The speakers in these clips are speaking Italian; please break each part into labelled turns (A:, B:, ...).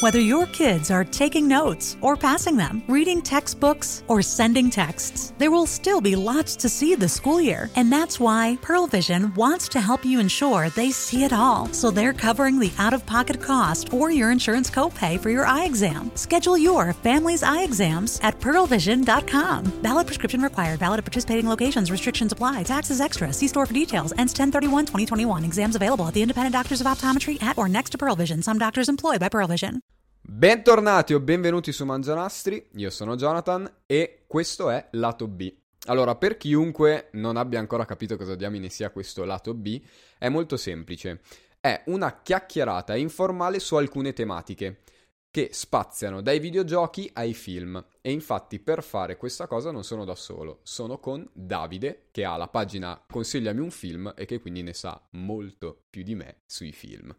A: Whether your kids are taking notes or passing them, reading textbooks or sending texts, there will still be lots to see this school year. And that's why Pearl Vision wants to help you ensure they see it all. So they're covering the out of pocket cost or your insurance copay for your eye exam. Schedule your family's eye exams at pearlvision.com. Valid prescription required, valid at participating locations, restrictions apply, taxes extra. See store for details. Ends 1031 2021. Exams available at the independent doctors of optometry at or next to Pearl Vision. Some doctors employed by Pearl Vision.
B: Bentornati o benvenuti su Mangianastri, io sono Jonathan e questo è Lato B. Allora, per chiunque non abbia ancora capito cosa diamine sia questo Lato B, è molto semplice. È una chiacchierata informale su alcune tematiche che spaziano dai videogiochi ai film e infatti per fare questa cosa non sono da solo, sono con Davide che ha la pagina Consigliami un film e che quindi ne sa molto più di me sui film.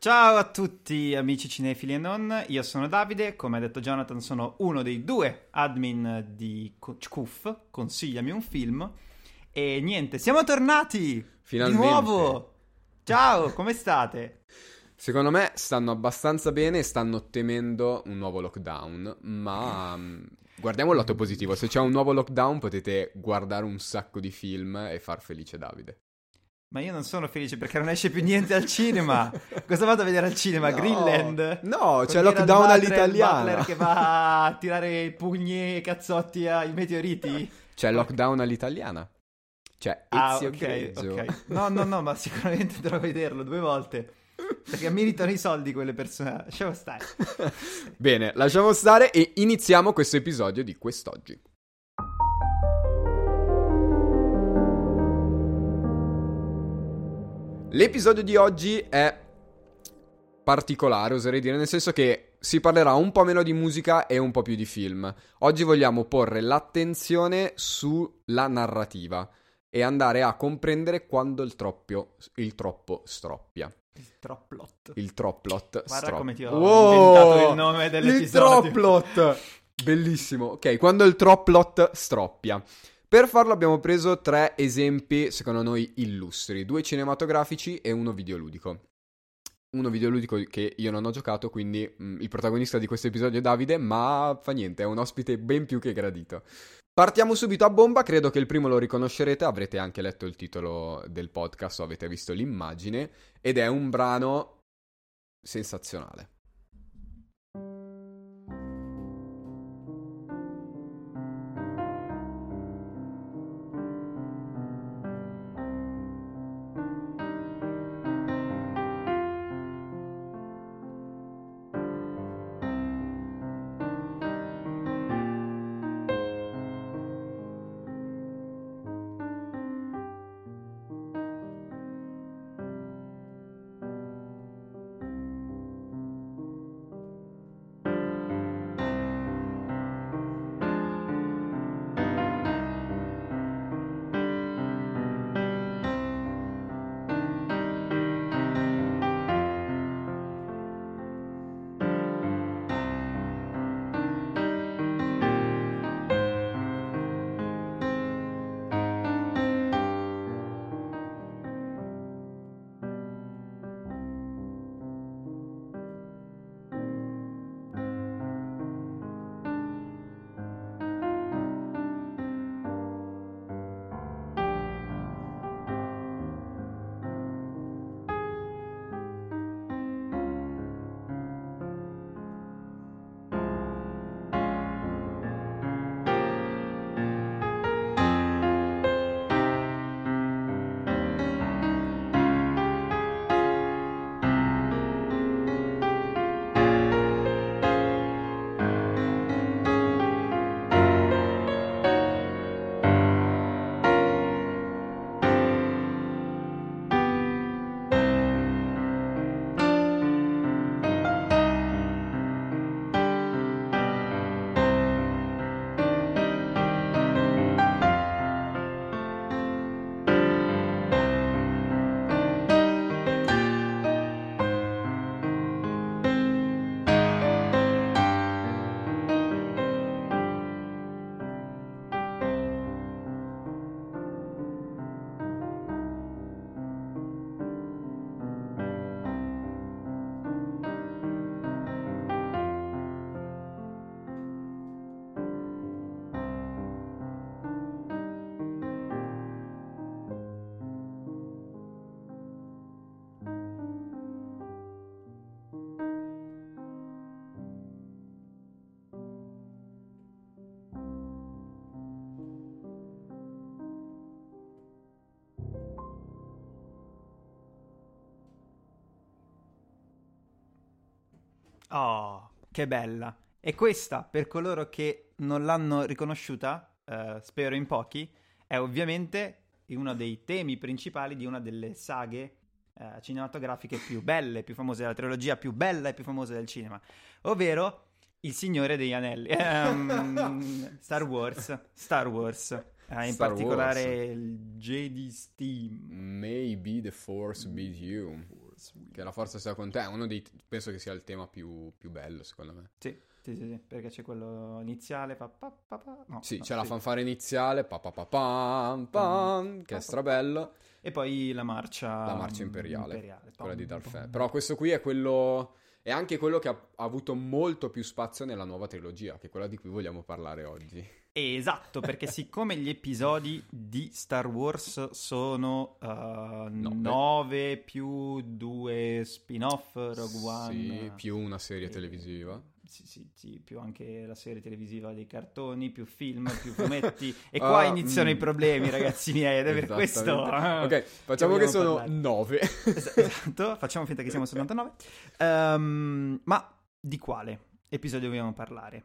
C: Ciao a tutti amici cinefili e non, io sono Davide, come ha detto Jonathan sono uno dei due admin di CQF, consigliami un film, e niente, siamo tornati!
B: Finalmente.
C: Di nuovo! Ciao, come state?
B: Secondo me stanno abbastanza bene e stanno temendo un nuovo lockdown, ma mm, guardiamo il lato positivo. Se c'è un nuovo lockdown potete guardare un sacco di film e far felice Davide.
C: Ma io non sono felice perché non esce più niente al cinema! Cosa vado a vedere al cinema?
B: No.
C: Greenland?
B: No, c'è
C: Con
B: lockdown
C: Gerald Butler,
B: all'italiana.
C: Butler che va a tirare pugni e cazzotti ai meteoriti?
B: C'è lockdown all'italiana. C'è
C: Ah,
B: Ezio
C: ok,
B: Grezzo.
C: ok. No, no, no, ma sicuramente dovrò vederlo due volte. Perché meritano i soldi quelle persone. Lasciamo stare.
B: Bene, lasciamo stare e iniziamo questo episodio di quest'oggi. L'episodio di oggi è particolare, oserei dire, nel senso che si parlerà un po' meno di musica e un po' più di film. Oggi vogliamo porre l'attenzione sulla narrativa e andare a comprendere quando il troppo, il troppo stroppia.
C: Il Troplot.
B: Il Troplot.
C: Guarda
B: strop-
C: come ti ho
B: Wow!
C: inventato il nome dell'episodio.
B: Il Troplot. Bellissimo. Ok, quando il Troplot stroppia. Per farlo abbiamo preso tre esempi, secondo noi, illustri. Due cinematografici e uno videoludico. Uno videoludico che io non ho giocato, quindi mh, il protagonista di questo episodio è Davide, ma fa niente, è un ospite ben più che gradito. Partiamo subito a bomba, credo che il primo lo riconoscerete, avrete anche letto il titolo del podcast o avete visto l'immagine, ed è un brano sensazionale.
C: Oh, che bella. E questa, per coloro che non l'hanno riconosciuta, eh, spero in pochi, è ovviamente uno dei temi principali di una delle saghe eh, cinematografiche più belle, più famose, la trilogia più bella e più famosa del cinema, ovvero Il Signore degli Anelli, ehm, Star Wars, Star Wars, eh, in
B: Star
C: particolare
B: Wars.
C: il Jedi Steam.
B: Maybe the force be you. Che la forza sia con te. È uno dei. Penso che sia il tema più, più bello, secondo me.
C: Sì, sì, sì, sì, perché c'è quello iniziale, fa pa pa pa- no,
B: Sì,
C: no,
B: c'è la fanfara iniziale. Pa pa pa pam, pam, che è strabello.
C: E poi la marcia... mm,
B: La marcia imperiale, quella di
C: Pom,
B: Darth
C: pom,
B: Vader. Però questo qui è quello. È anche quello che ha ha avuto molto più spazio nella nuova trilogia, che è quella di cui vogliamo parlare oggi.
C: Esatto, perché siccome gli episodi di Star Wars sono 9 più 2 spin-off, Rogue One,
B: Sì, più una serie
C: eh,
B: televisiva.
C: sì, sì, sì, più anche la serie televisiva dei cartoni, più film, più fumetti, e qua
B: Ah,
C: iniziano
B: mm.
C: i problemi ragazzi miei, ed è per questo... eh.
B: Esattamente. Ok, facciamo che
C: vogliamo
B: sono
C: parlare.
B: nove.
C: Es- esatto, facciamo finta che siamo al 79. Ehm, ma di quale episodio dobbiamo parlare?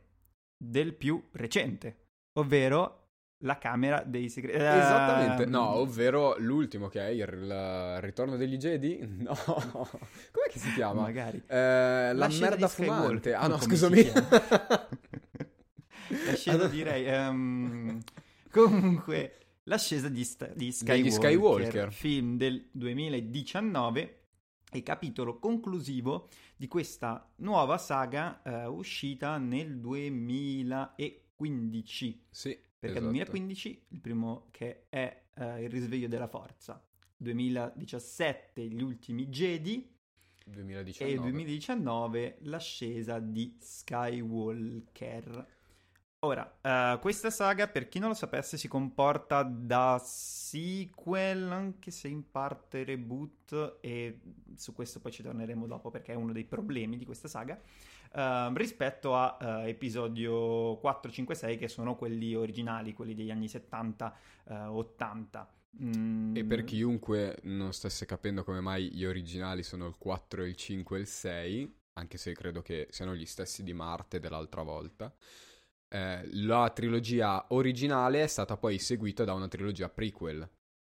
C: Del più recente, ovvero la Camera dei Segreti. Ehm,
B: Esattamente, no, ovvero l'ultimo che è il, il ritorno degli Jedi? No, com'è che si chiama?
C: Magari.
B: Eh, la,
C: La scena
B: merda
C: di Skywalker.
B: fumante. Ah
C: Non
B: no,
C: come si
B: scusami.
C: chiama. L'ascesa
B: Allora-
C: direi... ehm, comunque, l'ascesa di, Sta- di
B: Degli
C: Skywalker,
B: Skywalker.
C: film del 2019 e capitolo conclusivo di questa nuova saga eh, uscita nel 2015.
B: Sì,
C: Perché
B: esatto.
C: 2015 il primo che è eh, il risveglio della forza, 2017 gli ultimi Jedi
B: 2019.
C: e 2019 l'ascesa di Skywalker. Ora, eh, questa saga, per chi non lo sapesse, si comporta da sequel, anche se in parte reboot, e su questo poi ci torneremo dopo perché è uno dei problemi di questa saga, ehm, rispetto a eh, episodio 4, 5, 6 che sono quelli originali, quelli degli anni 70, eh, 80. Mm.
B: E per chiunque non stesse capendo come mai gli originali sono il 4, il 5 e il 6, anche se credo che siano gli stessi di Marte dell'altra volta, eh, la trilogia originale è stata poi seguita da una trilogia prequel.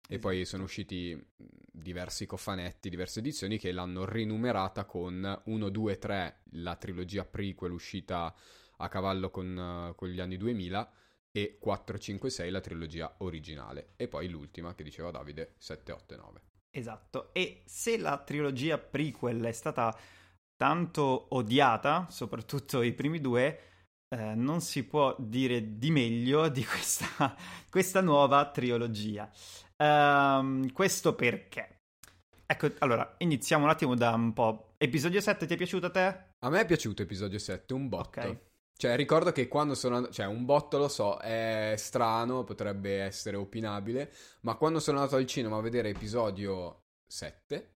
B: E poi sono usciti mh, diversi cofanetti, diverse edizioni che l'hanno rinumerata con 1, 2, 3, la trilogia prequel uscita a cavallo con, eh, con gli anni 2000 e 4, 5, 6 la trilogia originale e poi l'ultima che diceva Davide 7, 8 e 9.
C: Esatto, e se la trilogia prequel è stata tanto odiata, soprattutto i primi due, eh, non si può dire di meglio di questa, questa nuova trilogia. Ehm, questo perché? Ecco, allora, iniziamo un attimo da un po'. Episodio 7 ti è piaciuto a te?
B: A me è piaciuto episodio 7 un botto.
C: Ok.
B: Cioè ricordo che quando sono andato, cioè un botto lo so, è strano, potrebbe essere opinabile, ma quando sono andato al cinema a vedere episodio 7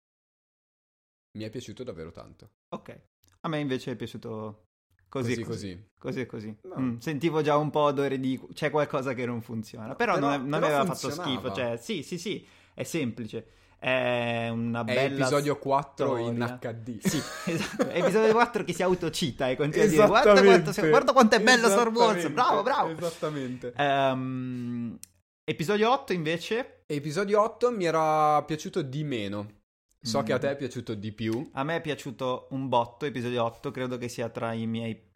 B: mi è piaciuto davvero tanto.
C: Ok. A me invece è piaciuto così.
B: Così così.
C: Così e così.
B: No.
C: Mm, sentivo già un po' odore di... c'è qualcosa che non funziona.
B: No,
C: però,
B: però-
C: non, non
B: però
C: aveva
B: funzionava.
C: fatto schifo. Cioè, sì, sì, sì, è semplice. È una
B: È
C: bella...
B: episodio 4 in
C: storia.
B: HD.
C: Sì, esatto. È episodio 4 che si autocita e continua a dire guarda quanto,
B: Esattamente.
C: guarda quanto è bello Star Wars,
B: Esattamente.
C: bravo, Eh. bravo.
B: Esattamente.
C: Ehm, episodio 8 invece
B: Episodio 8 mi era piaciuto di meno. So
C: Mm.
B: che a te è piaciuto di più.
C: a me è piaciuto un botto, episodio 8 credo che sia tra i miei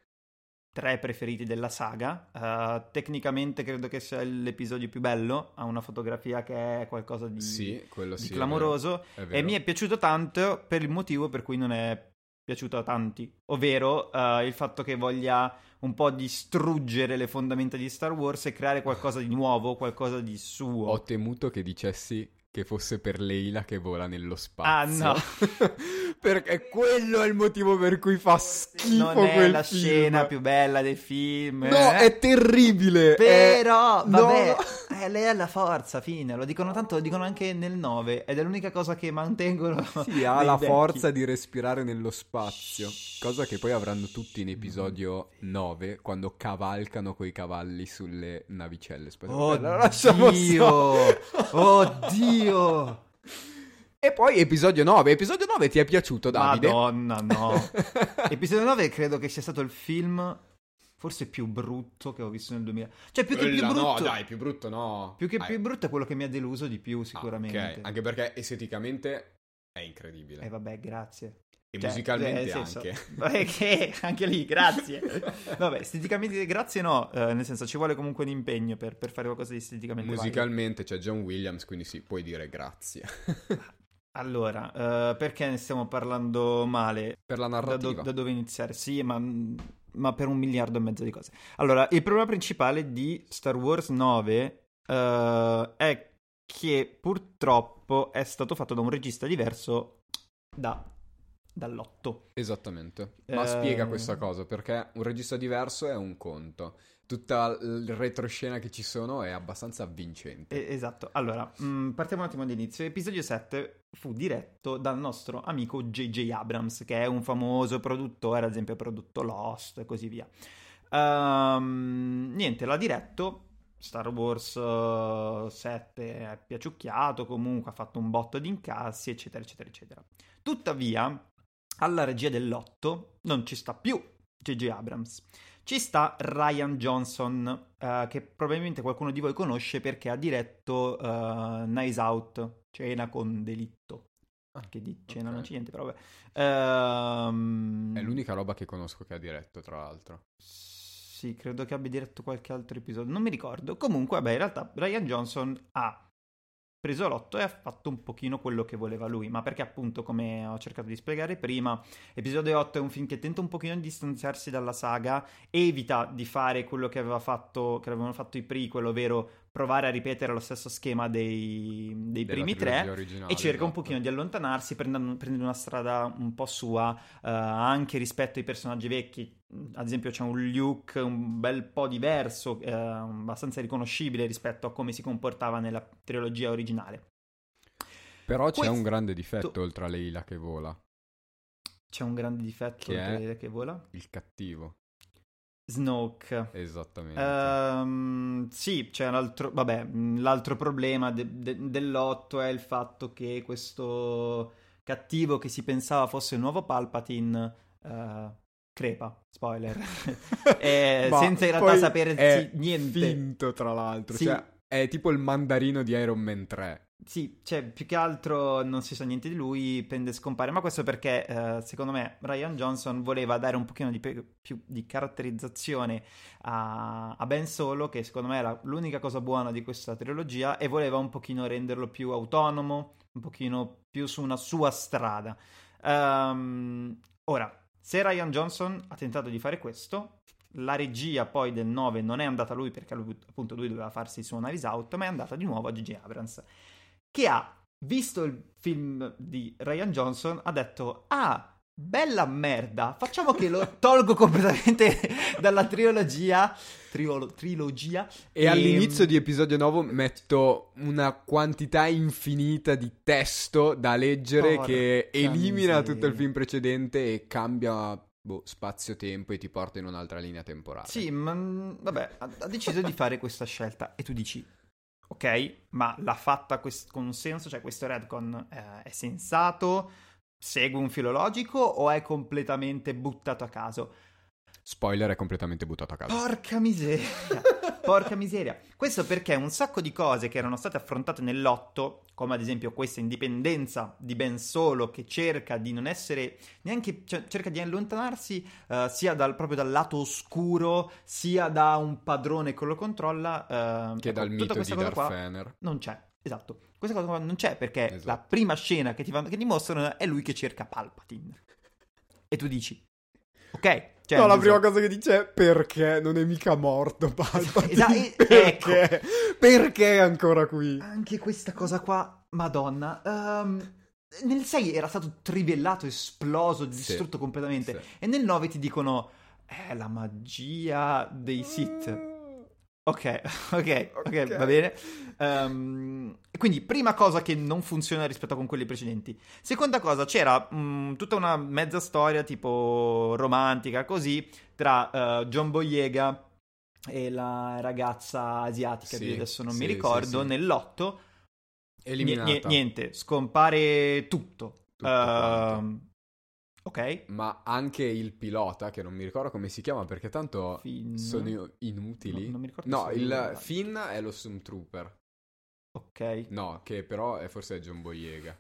C: tre preferiti della saga. Eh, tecnicamente credo che sia l'episodio più bello, ha una fotografia che è qualcosa di,
B: Sì, quello
C: di
B: sì. è
C: clamoroso
B: vero, è
C: e
B: vero.
C: mi è piaciuto tanto per il motivo per cui non è piaciuto a tanti, ovvero eh, il fatto che voglia un po' distruggere le fondamenta di Star Wars e creare qualcosa di nuovo, qualcosa di suo.
B: Ho temuto che dicessi che fosse per Leila che vola nello
C: Ah,
B: spazio.
C: no.
B: Perché quello è il motivo per cui fa schifo
C: non è
B: quel
C: la
B: film.
C: scena più bella del film.
B: No,
C: eh.
B: è terribile.
C: Però,
B: è-
C: vabbè,
B: Eh, no.
C: eh, lei è la forza, fine, lo dicono tanto, lo dicono anche nel 9, ed è l'unica cosa che mantengono.
B: Sì, ha
C: dei
B: la
C: vecchi.
B: forza di respirare nello spazio, cosa che poi avranno tutti in episodio 9 quando cavalcano coi cavalli sulle Eh, navicelle spaziali. Beh, la lasciamo
C: Oddio,
B: stare.
C: oddio.
B: E poi episodio 9. Episodio 9 ti è piaciuto, Davide?
C: Madonna, no. Episodio 9 credo che sia stato il film forse più brutto che ho visto nel 2000. Cioè, più che più
B: Quella
C: brutto.
B: Eh, No, dai, più brutto no.
C: Più che
B: Dai.
C: più brutto è quello che mi ha deluso di più,
B: Ah,
C: sicuramente.
B: ok, anche perché esteticamente è incredibile.
C: Eh, vabbè, grazie.
B: e
C: Cioè,
B: musicalmente
C: eh, nel senso-
B: anche.
C: Vabbè, che anche lì, grazie. Vabbè, esteticamente grazie no, eh, nel senso ci vuole comunque un impegno per, per fare qualcosa di esteticamente valido.
B: Musicalmente c'è John Williams, quindi sì, puoi dire grazie.
C: Allora, eh, perché ne stiamo parlando male?
B: per la
C: Da, do-
B: narrativa.
C: da dove iniziare? Sì, ma, ma per un miliardo e mezzo di cose. Allora, il problema principale di Star Wars 9 eh, è che purtroppo è stato fatto da un regista diverso da, dall'otto.
B: Esattamente. Ma
C: Eh,
B: spiega questa cosa, perché un regista diverso è un conto. Tutta il retroscena che ci sono è abbastanza avvincente.
C: Eh, Esatto, allora mh, partiamo un attimo dall'inizio. Episodio 7 fu diretto dal nostro amico J.J. Abrams, che è un famoso produttore, ad esempio ha prodotto Lost e così via. Ehm, niente, l'ha diretto. Star Wars eh, 7 è piaciucchiato, comunque ha fatto un botto di incassi, eccetera, eccetera, eccetera. Tuttavia, alla regia dell'otto non ci sta più J.J. Abrams. Ci sta Ryan Johnson, eh, che probabilmente qualcuno di voi conosce perché ha diretto eh, Nice Out, Cena con Delitto.
B: Ah,
C: Che di cena
B: ok.
C: non c'è niente, però vabbè. Ehm,
B: È l'unica roba che conosco che ha diretto, tra l'altro.
C: Sì, credo che abbia diretto qualche altro episodio, non mi ricordo. Comunque, vabbè, in realtà Ryan Johnson ha preso l'otto e ha fatto un pochino quello che voleva lui, ma perché appunto, come ho cercato di spiegare prima, episodio 8 è un film che tenta un pochino di distanziarsi dalla saga, evita di fare quello che aveva fatto, che avevano fatto i prequel, ovvero provare a ripetere lo stesso schema dei, dei
B: Della
C: primi
B: trilogia
C: tre,
B: originale,
C: e cerca un
B: esatto.
C: pochino di allontanarsi, prendendo, prendendo una strada un po' sua, eh, anche rispetto ai personaggi vecchi. Ad esempio, c'è un Luke un bel po' diverso, eh, abbastanza riconoscibile rispetto a come si comportava nella trilogia originale.
B: Però c'è
C: Questo-
B: un grande difetto oltre a Leila che vola.
C: C'è un grande difetto
B: Che è?
C: che, che vola.
B: Il cattivo.
C: Snoke.
B: Esattamente.
C: Ehm, sì, c'è un altro. Vabbè, mh, l'altro problema de- de- dell'otto è il fatto che questo cattivo che si pensava fosse il nuovo Palpatine eh, crepa. Spoiler. eh,
B: Ma
C: senza in realtà
B: poi
C: sapersi
B: è
C: niente.
B: Finto, tra l'altro.
C: Sì.
B: Cioè, è tipo il mandarino di Iron Man 3.
C: Sì, cioè, più che altro non si sa niente di lui, pende e scompare, ma questo perché eh, secondo me Ryan Johnson voleva dare un pochino di pe- più di caratterizzazione a, a Ben Solo, che secondo me era l'unica cosa buona di questa trilogia, e voleva un pochino renderlo più autonomo, un pochino più su una sua strada. Ehm, ora, se Ryan Johnson ha tentato di fare questo, la regia poi del 9 non è andata a lui perché lui- appunto lui doveva farsi il suo analyse out, ma è andata di nuovo a J.J. Abrams, che ha visto il film di Ryan Johnson, ha detto, ah, bella merda, facciamo che lo tolgo completamente dalla trilogia, triolo- trilogia,
B: E all'inizio di episodio 9 metto una quantità infinita di testo da leggere
C: Porca
B: che elimina
C: miseria.
B: tutto il film precedente e cambia boh, spazio-tempo e ti porta in un'altra linea temporale.
C: Sì, ma mh, vabbè, ha, ha deciso di fare questa scelta e tu dici, ok, ma l'ha fatta quest- con un senso, cioè questo Redcon eh, è sensato, segue un filologico o è completamente buttato a caso?
B: Spoiler è completamente buttato a caso.
C: Porca miseria, porca miseria. Questo perché un sacco di cose che erano state affrontate nell'otto, come ad esempio questa indipendenza di Ben Solo che cerca di non essere neanche, cioè, cerca di allontanarsi eh, sia dal, proprio dal lato oscuro, sia da un padrone che lo controlla. eh,
B: che
C: ecco,
B: dal
C: tutta
B: mito di
C: questa cosa
B: Darth
C: qua
B: Fener.
C: non c'è. Esatto, questa cosa qua non c'è perché
B: Esatto.
C: la prima scena che ti, fanno- che ti mostrano è lui che cerca Palpatine. E tu dici, ok. cioè,
B: no,
C: nel
B: la
C: senso-
B: prima cosa che dice è perché non è mica morto Palpatine.
C: Esa- eh, ecco. e-
B: perché? Perché è ancora qui?
C: Anche questa cosa qua, madonna. ehm, nel 6 era stato trivellato, esploso, distrutto completamente.
B: sì.
C: E nel 9 ti dicono, eh, la magia dei Sith. Ok, ok, ok,
B: Mm. Ok.
C: va bene. Ehm, quindi, prima cosa che non funziona rispetto a con quelli precedenti. Seconda cosa, c'era mh, tutta una mezza storia tipo romantica, così, tra eh, John Boyega e la ragazza asiatica
B: Sì,
C: di adesso non
B: sì,
C: mi
B: sì,
C: ricordo,
B: sì.
C: nell'otto.
B: Eliminata.
C: Ni- ni- niente, scompare tutto.
B: Tutto
C: Ehm, ok.
B: Ma anche il pilota, che non mi ricordo come si chiama perché tanto
C: Finn.
B: sono io- inutili.
C: No, non mi ricordo
B: No,
C: se-
B: il Finn è lo Stormtrooper.
C: Ok.
B: No, che però è forse John Boyega.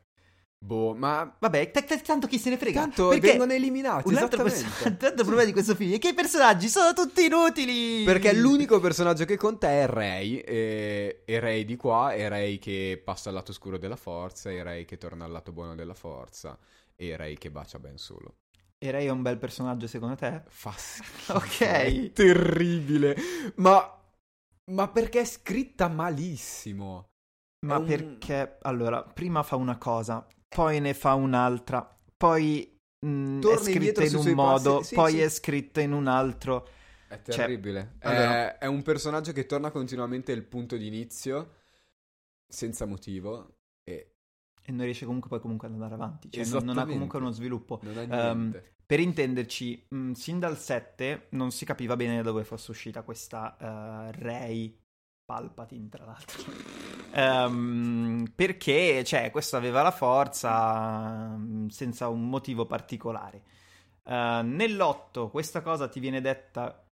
B: Boh, ma
C: Vabbè, t- t- tanto chi se ne frega.
B: tanto
C: perché
B: vengono eliminati,
C: un altro, perso-
B: esattamente.
C: un altro problema di questo film è che i personaggi sono tutti inutili.
B: Perché l'unico personaggio che conta è Rey, e, e Rey di qua, e Rey che passa al lato scuro della forza, e Rey che torna al lato buono della forza, e Rey che bacia Ben Solo.
C: E Ray è un bel personaggio secondo te?
B: Fa schifo,
C: Ok.
B: è terribile. Ma, ma perché è scritta malissimo?
C: Ma
B: È un-
C: perché, allora, prima fa una cosa, poi ne fa un'altra, poi mh, è
B: Torna indietro
C: scritta in
B: sui
C: un
B: suoi passi,
C: modo,
B: sì,
C: poi
B: sì.
C: è scritta in un altro.
B: È
C: Cioè,
B: terribile. È-
C: allora-
B: è, un personaggio che torna continuamente al punto di inizio, senza motivo, e
C: E non riesce comunque poi comunque ad andare avanti, cioè non, non ha
B: Esattamente.
C: comunque uno sviluppo.
B: non ha
C: Ehm,
B: niente.
C: per intenderci, mh, sin dal 7 non si capiva bene da dove fosse uscita questa eh, Rey Palpatine, tra l'altro. Ehm, perché, cioè, questo aveva la forza mh, senza un motivo particolare. Eh, nell'8 questa cosa ti viene detta,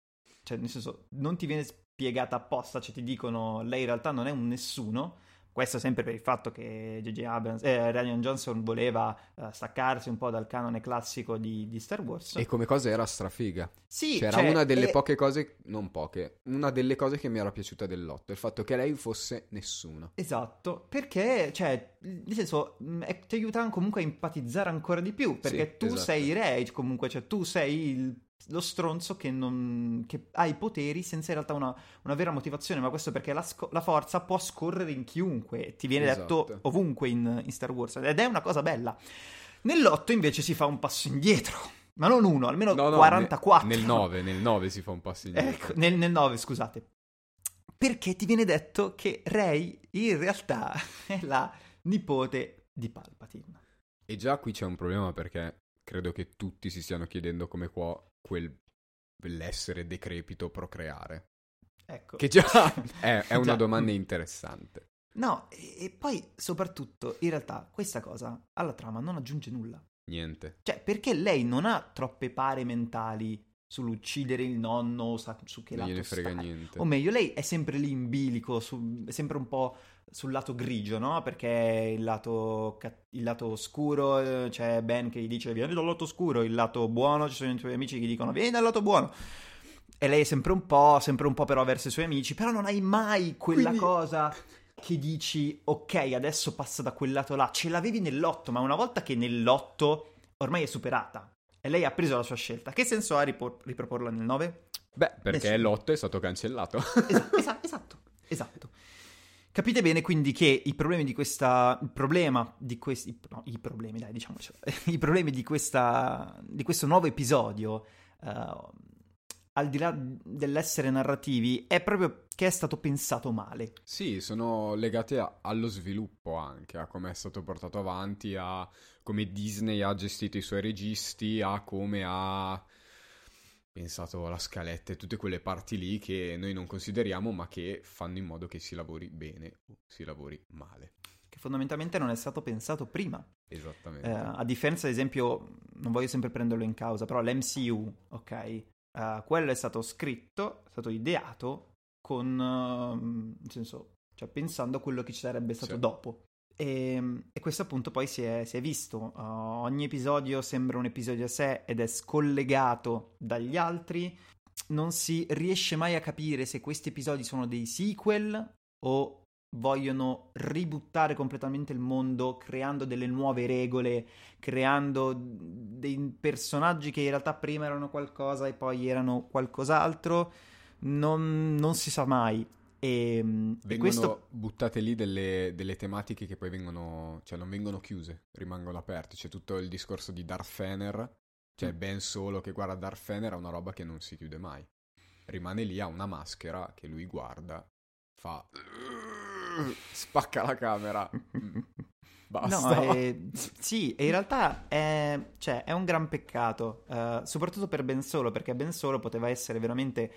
C: cioè, nel senso, non ti viene spiegata apposta, cioè ti dicono lei in realtà non è un nessuno. Questo sempre per il fatto che J.J. Abrams, eh, Ryan Johnson voleva eh, staccarsi un po' dal canone classico di, di Star Wars.
B: E come cosa era strafiga.
C: sì,
B: C'era
C: cioè,
B: una delle
C: e-
B: poche cose, non poche, una delle cose che mi era piaciuta dell'otto, il fatto che lei fosse nessuno.
C: Esatto, perché, cioè, nel senso, mh, è- ti aiuta comunque a empatizzare ancora di più, perché
B: Sì,
C: tu
B: esatto.
C: sei Rage comunque, cioè tu sei il- lo stronzo che, non, che ha i poteri senza in realtà una, una vera motivazione, ma questo perché la, sco- la forza può scorrere in chiunque, ti viene detto
B: Esatto.
C: ovunque in, in Star Wars, ed è una cosa bella. Nell'otto invece si fa un passo indietro, ma non uno, almeno
B: No, no,
C: 44.
B: Nel 9, nel 9 si fa un passo indietro.
C: Ecco, nel, 9, scusate. Perché ti viene detto che Rey in realtà è la nipote di Palpatine.
B: E già qui c'è un problema perché credo che tutti si stiano chiedendo come qua quel l'essere decrepito procreare.
C: Ecco.
B: Che già è, è
C: Già.
B: una domanda interessante.
C: No, e, e poi soprattutto, in realtà, questa cosa alla trama non aggiunge nulla.
B: Niente.
C: Cioè, perché lei non ha troppe pare mentali sull'uccidere il nonno, sa, su che
B: non
C: lato
B: gliene frega
C: stare.
B: niente.
C: O meglio, lei è sempre lì in bilico, su- è sempre un po' sul lato grigio, no? Perché il lato, cat- il lato oscuro eh, c'è Ben che gli dice vieni dal lato oscuro, il lato buono ci sono i tuoi amici che gli dicono vieni dal lato buono. E lei è sempre un po', sempre un po' però verso i suoi amici, però non hai mai quella
B: Quindi-
C: cosa che dici ok adesso passa da quel lato là, ce l'avevi nell'otto, ma una volta che nell'otto ormai è superata e lei ha preso la sua scelta, che senso ha ripor- riproporla nel 9?
B: Beh, perché
C: Nessuno.
B: l'otto è stato cancellato.
C: esatto, esa- esatto, esatto. Capite bene quindi che i problemi di questa. Il problema di questi. No, i problemi, dai, diciamoci. I problemi di questa. di questo nuovo episodio. eh, al di là dell'essere narrativi, è proprio che è stato pensato male.
B: Sì, sono legate a- allo sviluppo anche, a come è stato portato avanti, a come Disney ha gestito i suoi registi, a come ha pensato alla scaletta e tutte quelle parti lì che noi non consideriamo, ma che fanno in modo che si lavori bene o si lavori male.
C: Che fondamentalmente non è stato pensato prima. Eh,
B: Esattamente.
C: a differenza, ad esempio, non voglio sempre prenderlo in causa, però l'MCU, ok? Eh, quello è stato scritto, è stato ideato con, ehm, nel senso, cioè pensando a quello che ci sarebbe stato
B: Sì.
C: dopo. E, e questo appunto poi si è, si è visto. Uh, ogni episodio sembra un episodio a sé ed è scollegato dagli altri. Non si riesce mai a capire se questi episodi sono dei sequel o vogliono ributtare completamente il mondo creando delle nuove regole, creando dei personaggi che in realtà prima erano qualcosa e poi erano qualcos'altro. Non, non si sa mai. E, e
B: Vengono
C: questo
B: buttate lì delle, delle tematiche che poi vengono, cioè non vengono chiuse, rimangono aperte. C'è tutto il discorso di Darth Fener, cioè
C: Mm.
B: Ben Solo che guarda Darth Fener è una roba che non si chiude mai. Rimane lì, ha una maschera che lui guarda, fa... spacca la camera, Mm, basta.
C: No, eh, sì, e in realtà è, cioè, è un gran peccato, eh, soprattutto per Ben Solo, perché Ben Solo poteva essere veramente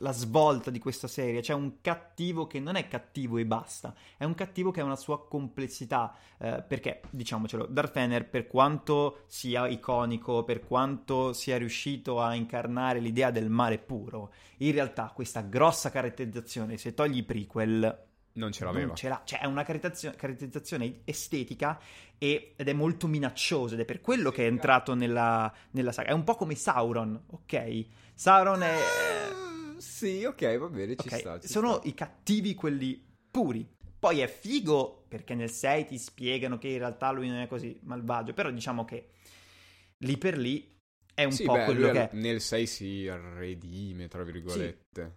C: la svolta di questa serie. C'è un cattivo che non è cattivo e basta, è un cattivo che ha una sua complessità. eh, perché, diciamocelo, Darth Vader, per quanto sia iconico, per quanto sia riuscito a incarnare l'idea del male puro, in realtà questa grossa caratterizzazione, se togli i prequel,
B: Non ce
C: non
B: l'aveva.
C: ce l'ha. Cioè, è una caratterizza- caratterizzazione estetica e- ed è molto minacciosa ed è per quello che è entrato nella, nella saga. È un po' come Sauron, ok? Sauron è...
B: Sì, ok, va bene, Ah, ci
C: Eh, ok,
B: sta. ci
C: Sono
B: sta.
C: i cattivi quelli puri. Poi è figo perché nel 6 ti spiegano che in realtà lui non è così malvagio, però diciamo che lì per lì è un
B: Sì,
C: po'
B: beh,
C: quello
B: lui
C: che
B: al-
C: è.
B: nel 6 si redime, tra virgolette.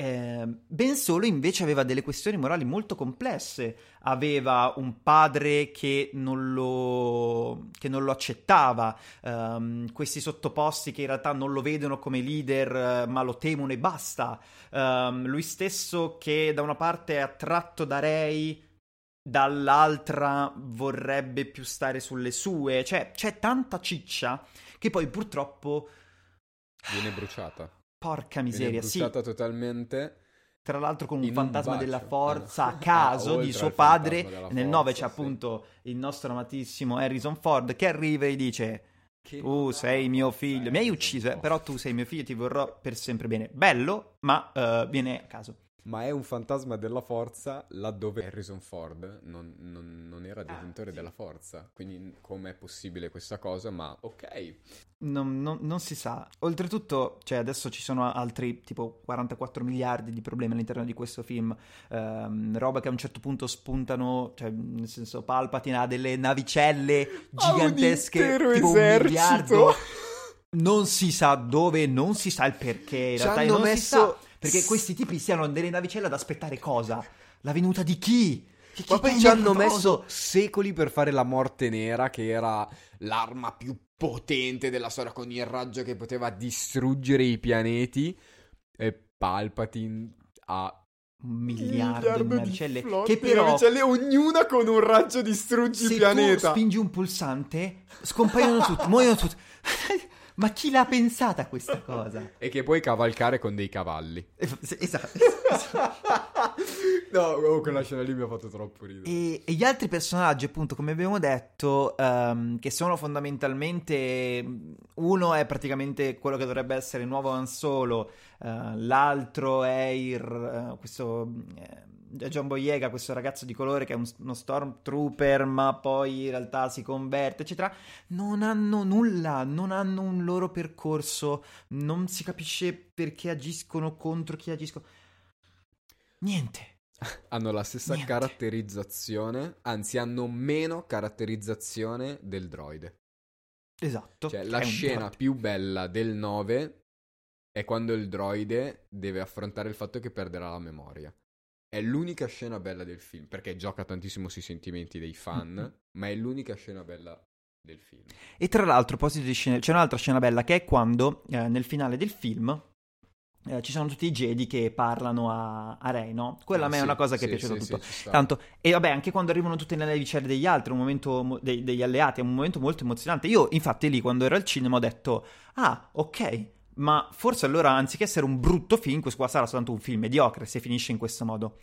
C: Eh, ben solo invece aveva delle questioni morali molto complesse. Aveva un padre che non lo, che non lo accettava, ehm, questi sottoposti che in realtà non lo vedono come leader eh, ma lo temono e basta. Ehm, lui stesso che da una parte è attratto da Rey, dall'altra vorrebbe più stare sulle sue. Cioè c'è tanta ciccia che poi purtroppo...
B: Viene bruciata.
C: Porca
B: Viene
C: miseria, sì
B: bruciata totalmente.
C: tra l'altro con
B: In
C: un
B: un
C: fantasma
B: bacio.
C: della
B: Ah,
C: forza a
B: no.
C: caso
B: Oltre
C: di suo
B: al fantasma
C: padre.
B: della
C: Nel
B: forza,
C: 9 c'è
B: sì.
C: appunto il nostro amatissimo Harrison Ford che arriva e dice tu sei mio figlio, mi hai ucciso, eh, però tu sei mio figlio, ti vorrò per sempre bene. Bello, ma eh, viene a caso.
B: Ma è un fantasma della forza laddove Harrison Ford non, non- non era detentore della forza. Quindi com'è possibile questa cosa? Ma ok.
C: Non, non- non si sa. Oltretutto, cioè, adesso ci sono altri tipo 44 miliardi di problemi all'interno di questo film. Ehm, roba che a un certo punto spuntano, cioè, nel senso, Palpatine ha delle navicelle gigantesche,
B: intero
C: tipo un
B: esercito.
C: miliardo. Non si sa dove, non si sa il perché. In
B: Ci
C: realtà, e
B: hanno
C: non si sa
B: messo-
C: perché questi tipi siano delle navicelle ad aspettare cosa? La venuta di chi? Chi-
B: Ma
C: chi-
B: poi
C: chi
B: ci
C: è
B: hanno
C: il coso?
B: messo secoli per fare la morte nera, che era l'arma più potente della storia con il raggio che poteva distruggere i pianeti. E Palpatine ha
C: un miliardo, di navicelle.
B: flotte
C: che
B: di
C: però.
B: navicelle, ognuna con un raggio distruggi
C: se
B: il
C: tu
B: pianeta.
C: spingi un pulsante, scompaiono tutti, muoiono tutti. Ma chi l'ha pensata questa cosa?
B: E che puoi cavalcare con dei cavalli.
C: Es- Esatto.
B: no, oh, quella scena lì mi ha fatto troppo ridere.
C: E, e gli altri personaggi, appunto, come abbiamo detto, ehm, che sono fondamentalmente. mm, Uno è praticamente quello che dovrebbe essere il nuovo Han Solo, eh, l'altro è il, eh, questo. eh, John Boyega, questo ragazzo di colore che è un- uno stormtrooper, ma poi in realtà si converte, eccetera. Non hanno nulla, non hanno un loro percorso, non si capisce perché agiscono contro chi agiscono. Niente.
B: Hanno la stessa
C: Niente.
B: caratterizzazione, anzi hanno meno caratterizzazione del droide.
C: Esatto.
B: Cioè,
C: È
B: la
C: un
B: scena
C: droide.
B: più bella del 9 è quando il droide deve affrontare il fatto che perderà la memoria. È l'unica scena bella del film, perché gioca tantissimo sui sentimenti dei
C: Mm-hmm.
B: fan, ma è l'unica scena bella del film.
C: E tra l'altro, a proposito di scene, c'è un'altra scena bella che è quando eh, nel finale del film eh, ci sono tutti i Jedi che parlano a, a Rey, no? Quella a me è
B: Ah, Eh, Sì,
C: una cosa che
B: sì,
C: è piaciuta
B: sì,
C: tutto.
B: sì, ci sta.
C: Tanto, e vabbè, anche quando arrivano tutte le navicelle degli altri, è un momento mo- dei- degli alleati, è un momento molto emozionante. Io, infatti, lì quando ero al cinema ho detto: Ah, ok, ma forse allora anziché essere un brutto film, questo qua sarà soltanto un film mediocre se finisce in questo modo.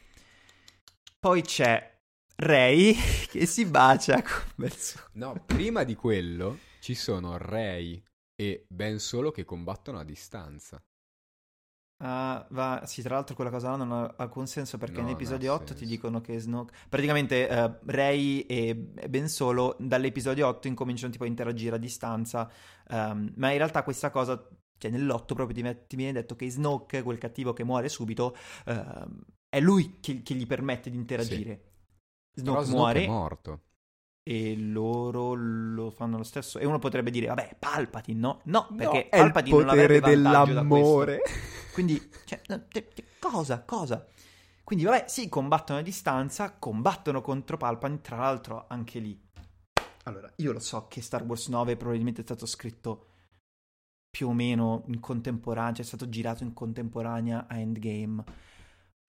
C: Poi c'è Rey che si bacia con Bersu.
B: No, prima di quello ci sono Rey e Ben Solo che combattono a distanza.
C: Ah, va, sì, tra l'altro quella cosa là non ha alcun senso perché
B: No, non ha
C: nell'episodio 8 ti
B: senso.
C: dicono che Snoke... Praticamente eh, Rey e Ben Solo dall'episodio 8 incominciano tipo a interagire a distanza, ehm, ma in realtà questa cosa, cioè nell'8 proprio ti, met- ti viene detto che Snoke, quel cattivo che muore subito, ehm, è lui che, che gli permette di interagire.
B: Però
C: Snoke
B: Snoke
C: muore
B: è morto.
C: e loro lo fanno lo stesso. E uno potrebbe dire, vabbè, Palpatine, no? No, perché
B: è il
C: Palpatine non avrebbe
B: potere
C: vantaggio da questo.
B: dell'amore.
C: Quindi, cioè, no, te- te- cosa, cosa? Quindi, vabbè, sì, combattono a distanza, combattono contro Palpatine, tra l'altro anche lì. Allora, io lo so che Star Wars 9 probabilmente è stato scritto più o meno in contemporanea, cioè è stato girato in contemporanea a Endgame,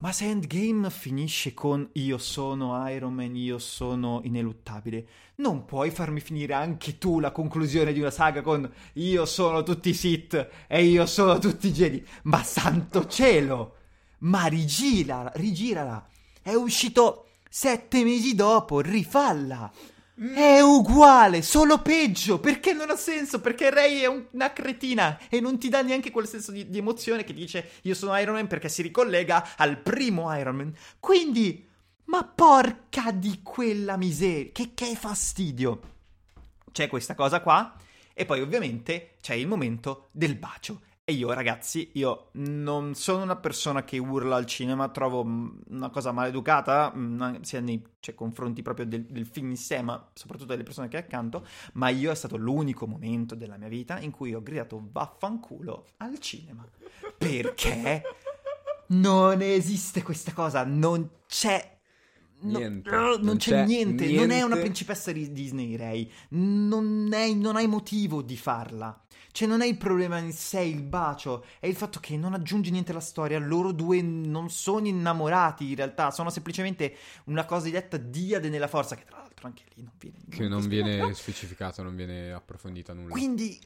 C: Ma se Endgame finisce con io sono Iron Man, io sono ineluttabile, non puoi farmi finire anche tu la conclusione di una saga con io sono tutti i Sith e io sono tutti i Jedi. Ma santo cielo! Ma rigirala, rigirala. È uscito sette mesi dopo, rifalla. È uguale, solo peggio, perché non ha senso, perché Ray è un- una cretina e non ti dà neanche quel senso di, di emozione che dice io sono Iron Man perché si ricollega al primo Iron Man. Quindi, ma porca di quella miseria, che, che fastidio. C'è questa cosa qua e poi ovviamente c'è il momento del bacio. E io ragazzi, io non sono una persona che urla al cinema, trovo mh, una cosa maleducata, mh, an- sia nei cioè, confronti proprio del, del film in sé, ma soprattutto delle persone che è accanto, ma io è stato l'unico momento della mia vita in cui ho gridato vaffanculo al cinema. Perché non esiste questa cosa, non c'è... no-
B: Niente,
C: non,
B: non
C: c'è,
B: c'è
C: niente, non è una
B: niente.
C: principessa di Disney, Ray. Non, è- non hai motivo di farla. Cioè, non è il problema in sé il bacio, è il fatto che non aggiunge niente alla storia. Loro due non sono innamorati in realtà, sono semplicemente una cosa detta diade nella forza, che tra l'altro anche lì non viene.
B: Che non
C: spiegato.
B: viene specificato, non viene approfondita nulla.
C: Quindi.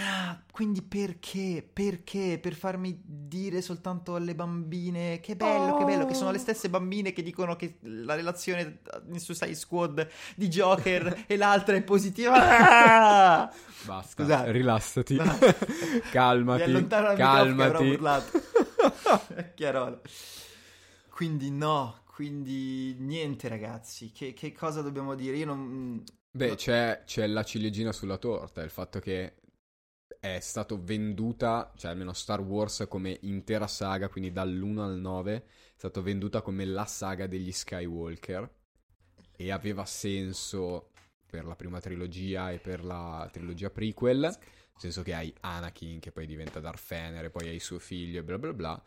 C: Ah, quindi perché? Perché? Per farmi dire soltanto alle bambine che bello, che bello, che sono
B: Oh.
C: le stesse bambine che dicono che la relazione in Suicide Squad di Joker e l'altra è positiva. Ah!
B: Basta,
C: Scusate.
B: rilassati.
C: Basta. Mi
B: calmati.
C: allontano dal
B: Calmati.
C: microfono che avrò urlato. Chiaro. Quindi no, quindi niente ragazzi, che, che cosa dobbiamo dire? Io non...
B: Beh, c'è, c'è la ciliegina sulla torta, il fatto che è stato venduta, cioè almeno Star Wars come intera saga, quindi dall'1 al 9, è stata venduta come la saga degli Skywalker e aveva senso per la prima trilogia e per la trilogia prequel, nel senso che hai Anakin che poi diventa Darth Fener e poi hai suo figlio e bla bla bla.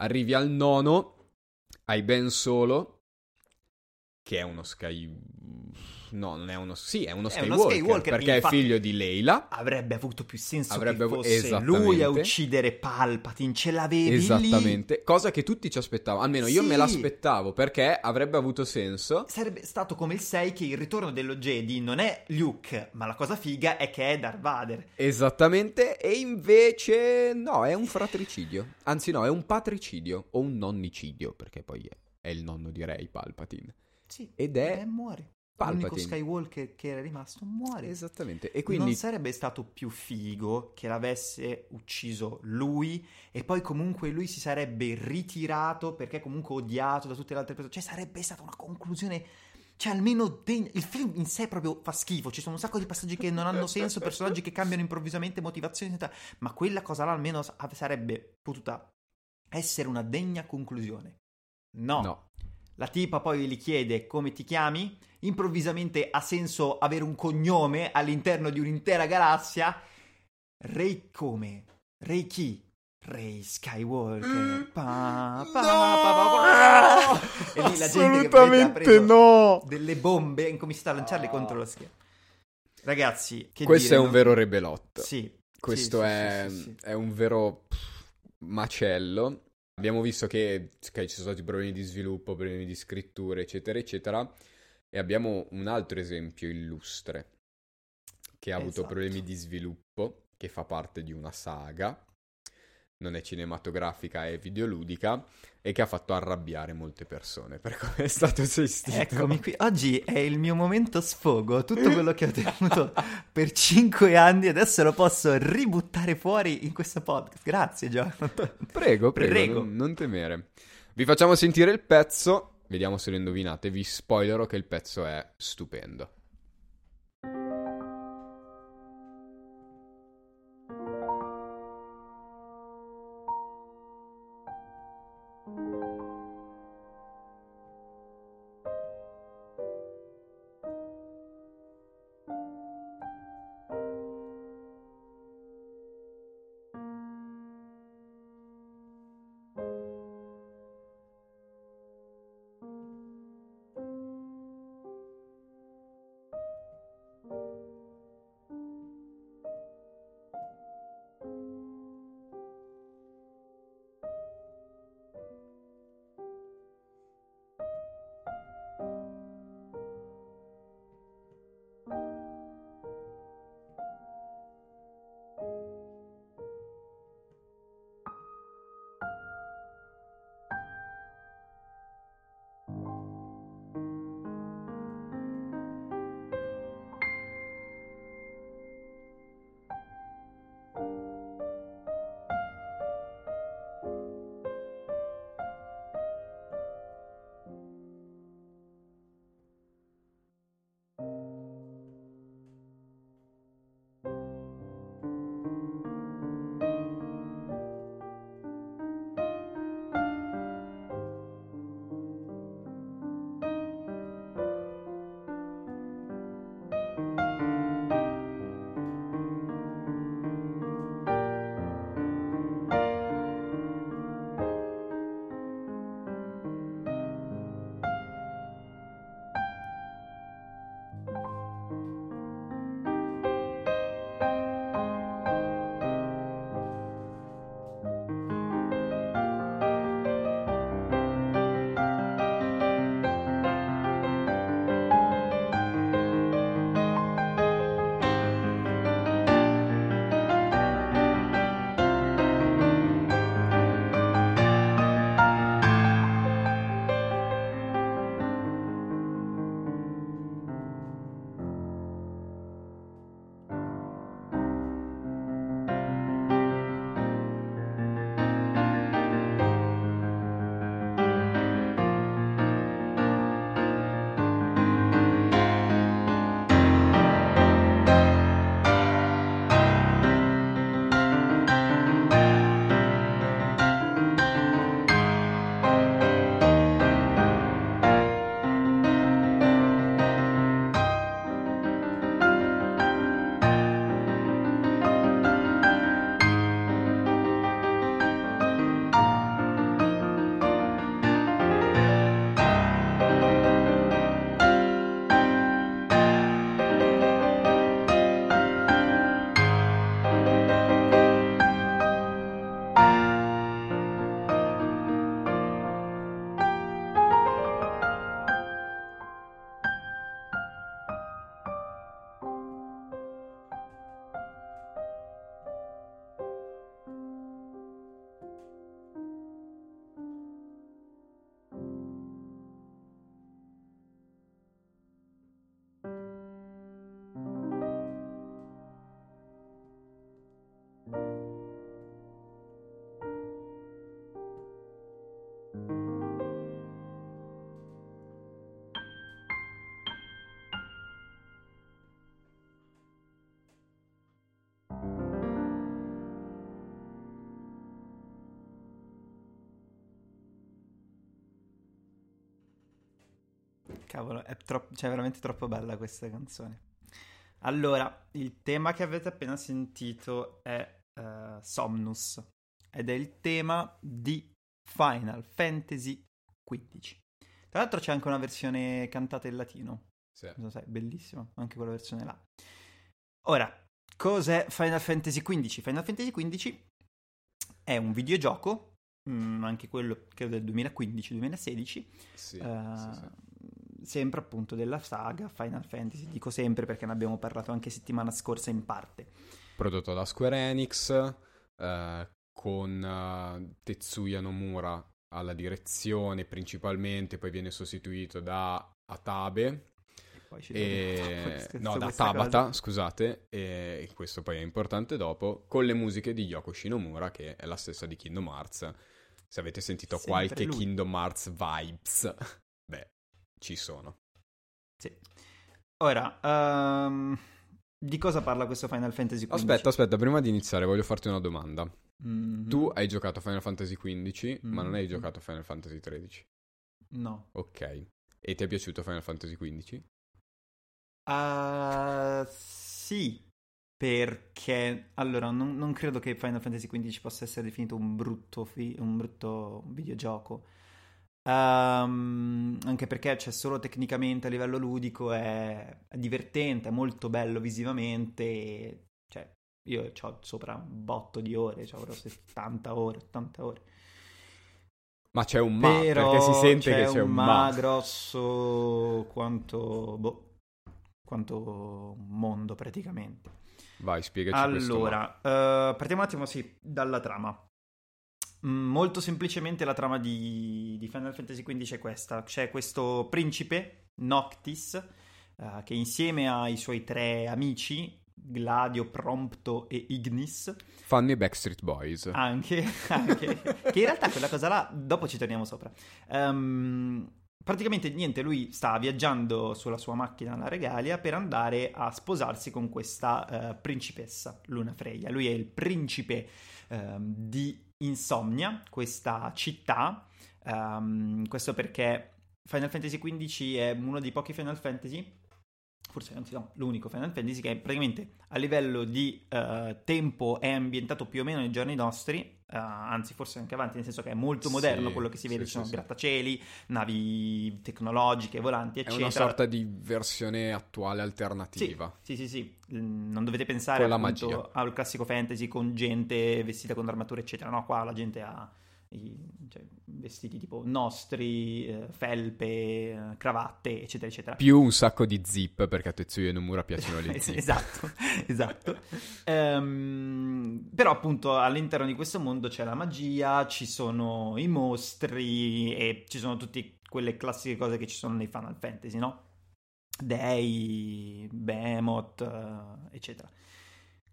B: Arrivi al nono, hai Ben Solo, che è uno Sky... No, non è uno... Sì, è uno
C: È
B: Skywalker,
C: uno Skywalker,
B: perché
C: infatti.
B: è figlio di Leila.
C: avrebbe avuto più senso
B: Avrebbe
C: che
B: avu-
C: fosse
B: esattamente.
C: lui a uccidere Palpatine, ce l'avevi lì.
B: Esattamente, cosa che tutti ci aspettavano, almeno io
C: Sì.
B: me l'aspettavo perché avrebbe avuto senso.
C: Sarebbe stato come il 6 che il ritorno dello Jedi non è Luke, ma la cosa figa è che è Darth Vader.
B: Esattamente, e invece no, è un fratricidio. Anzi, no, è un patricidio o un nonnicidio, perché poi è, è il nonno di Ray Palpatine.
C: Sì,
B: Ed è
C: e muore. L'unico
B: Palpatine.
C: Skywalker che era rimasto muore.
B: Esattamente, Cioè, e quindi
C: Non sarebbe stato più figo che l'avesse ucciso lui e poi comunque lui si sarebbe ritirato perché comunque odiato da tutte le altre persone. Cioè sarebbe stata una conclusione... Cioè almeno degna- il film in sé proprio fa schifo, ci sono un sacco di passaggi che non hanno senso, personaggi che cambiano improvvisamente motivazioni, senza- ma quella cosa là almeno s- av- sarebbe potuta essere una degna conclusione. No.
B: no.
C: La tipa poi gli chiede come ti chiami, improvvisamente ha senso avere un cognome all'interno di un'intera galassia. Rey come? Rey chi? Rey
B: Mm.
C: Skywalker. Pa, pa, pa, pa, pa. E lì la gente che prende- ha preso
B: no.
C: delle bombe e comincia a lanciarle contro lo schermo. Ragazzi, che
B: Questo
C: dire,
B: è un
C: no?
B: vero rebelotto.
C: Sì.
B: Questo
C: Sì, sì,
B: è,
C: sì, sì, sì.
B: è un vero pff, macello. Abbiamo visto che, che ci sono stati problemi di sviluppo, problemi di scrittura, eccetera, eccetera. E abbiamo un altro esempio illustre che ha avuto
C: Esatto.
B: problemi di sviluppo, che fa parte di una saga, non è cinematografica, è videoludica, e che ha fatto arrabbiare molte persone per come è stato gestito.
C: Eccomi qui, oggi è il mio momento sfogo, tutto quello che ho tenuto per 5 anni adesso lo posso ributtare fuori in questo podcast, grazie Jonathan.
B: Prego, prego,
C: Prego.
B: Non, non temere. Vi facciamo sentire il pezzo, vediamo se lo indovinate, vi spoilerò che il pezzo è stupendo.
C: Cavolo, è troppo, cioè, è veramente troppo bella questa canzone. Allora, il tema che avete appena sentito è eh, Somnus ed è il tema di Final Fantasy XV. Tra l'altro c'è anche una versione cantata in latino,
B: Sì.
C: non sai, bellissima, anche quella versione là. Ora, cos'è Final Fantasy XV? Final Fantasy XV è un videogioco, mm, anche quello credo del 2015-2016,
B: Sì,
C: eh,
B: sì, sì.
C: sempre appunto della saga Final Fantasy, dico sempre perché ne abbiamo parlato anche settimana scorsa in parte.
B: Prodotto da Square Enix, eh, con eh, Tetsuya Nomura alla direzione principalmente, poi viene sostituito da Atabe,
C: E poi ci torniamo
B: e...
C: dopo,
B: Eh, no,
C: scherzo,
B: da
C: questa cosa.
B: Tabata, scusate, e questo poi è importante dopo, con le musiche di Yoko Shinomura, che è la stessa di Kingdom Hearts. Se avete sentito
C: Sempre
B: qualche
C: lui.
B: Kingdom Hearts vibes, beh, ci sono.
C: Sì. Ora, ehm, di cosa parla questo Final Fantasy XV?
B: Aspetta, aspetta, prima di iniziare voglio farti una domanda.
C: Mhm.
B: Tu hai giocato Final Fantasy XV, ma non hai
C: Mm.
B: giocato Final Fantasy XIII.
C: No.
B: Ok. E ti è piaciuto Final Fantasy XV?
C: Ah, sì, perché... Allora, non, non credo che Final Fantasy XV possa essere definito un brutto, fi- un brutto videogioco. Ehm, anche perché, cioè, solo tecnicamente a livello ludico è, è divertente, è molto bello visivamente. e, cioè, io ho sopra un botto di ore, cioè, avrò 70 ore, 80 ore.
B: Ma c'è un ma,
C: Però
B: perché si sente
C: c'è
B: che c'è un
C: ma
B: ma.
C: grosso quanto, boh, quanto mondo praticamente.
B: Vai, spiegaci questo ma.
C: Allora, eh, partiamo un attimo sì, dalla trama. Mm, Molto semplicemente la trama di, di Final Fantasy XV è questa. C'è questo principe, Noctis, eh, che insieme ai suoi tre amici, Gladio, Prompto e Ignis,
B: Fanno i Backstreet Boys.
C: Ah, anche, anche. che in realtà quella cosa là, dopo ci torniamo sopra. Ehm, praticamente niente, lui sta viaggiando sulla sua macchina alla regalia per andare a sposarsi con questa eh, principessa, Luna Freya. Lui è il principe ehm, di Insomnia, questa città. Ehm, questo perché Final Fantasy XV è uno dei pochi Final Fantasy. Forse anzi no, l'unico Final Fantasy che è praticamente a livello di eh, tempo è ambientato più o meno nei giorni nostri, eh, anzi forse anche avanti, nel senso che è molto
B: Sì,
C: moderno quello che si vede,
B: sì,
C: ci sono
B: sì, sì.
C: grattacieli, navi tecnologiche, volanti,
B: È
C: eccetera.
B: una sorta di versione attuale alternativa.
C: Sì, sì, sì, Mm, non dovete pensare
B: Con la
C: appunto
B: magia.
C: al classico fantasy con gente vestita con armature, eccetera. No, qua la gente ha i- cioè, vestiti tipo nostri, eh, felpe, eh, cravatte, eccetera, eccetera.
B: Più un sacco di zip, perché a Tetsuya Nomura piacciono le
C: Es-
B: zip.
C: esatto, esatto. Ehm, però appunto all'interno di questo mondo c'è la magia, ci sono i mostri e ci sono tutte quelle classiche cose che ci sono nei Final Fantasy, no? Dei, Behemoth, eh, eccetera.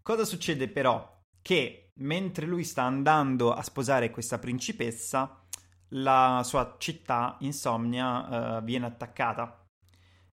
C: Cosa succede però? Che mentre lui sta andando a sposare questa principessa, la sua città, Insomnia, eh, viene attaccata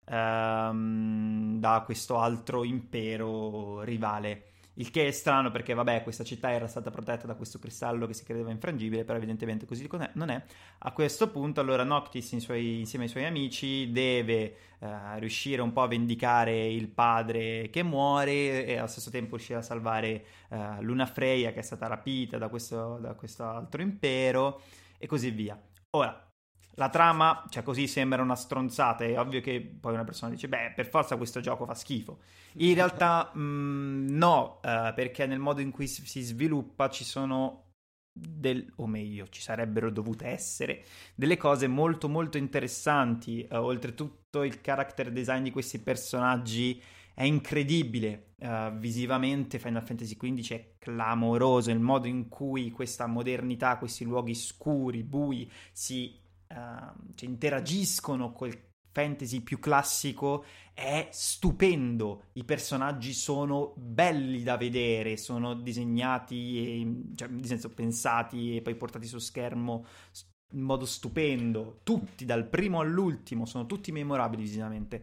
C: ehm, da questo altro impero rivale. Il che è strano perché, vabbè, questa città era stata protetta da questo cristallo che si credeva infrangibile, però evidentemente così con- non è. A questo punto, allora, Noctis, in suoi- insieme ai suoi amici, deve eh, riuscire un po' a vendicare il padre che muore e allo stesso tempo riuscire a salvare eh, Luna Freya, che è stata rapita da questo, da questo altro impero, e così via. Ora, la trama, cioè così sembra una stronzata, è ovvio che poi una persona dice, beh, per forza questo gioco fa schifo. In realtà mm, no, eh, perché nel modo in cui si si sviluppa ci sono del, o meglio, ci sarebbero dovute essere delle cose molto molto interessanti. Eh, oltretutto il character design di questi personaggi è incredibile. Eh, visivamente Final Fantasy XV è clamoroso, il modo in cui questa modernità, questi luoghi scuri, bui, si ehm, cioè, interagiscono col fantasy più classico è stupendo. I personaggi sono belli da vedere, sono disegnati, e, cioè, nel senso pensati e poi portati su schermo s- in modo stupendo. Tutti, dal primo all'ultimo, sono tutti memorabili visivamente.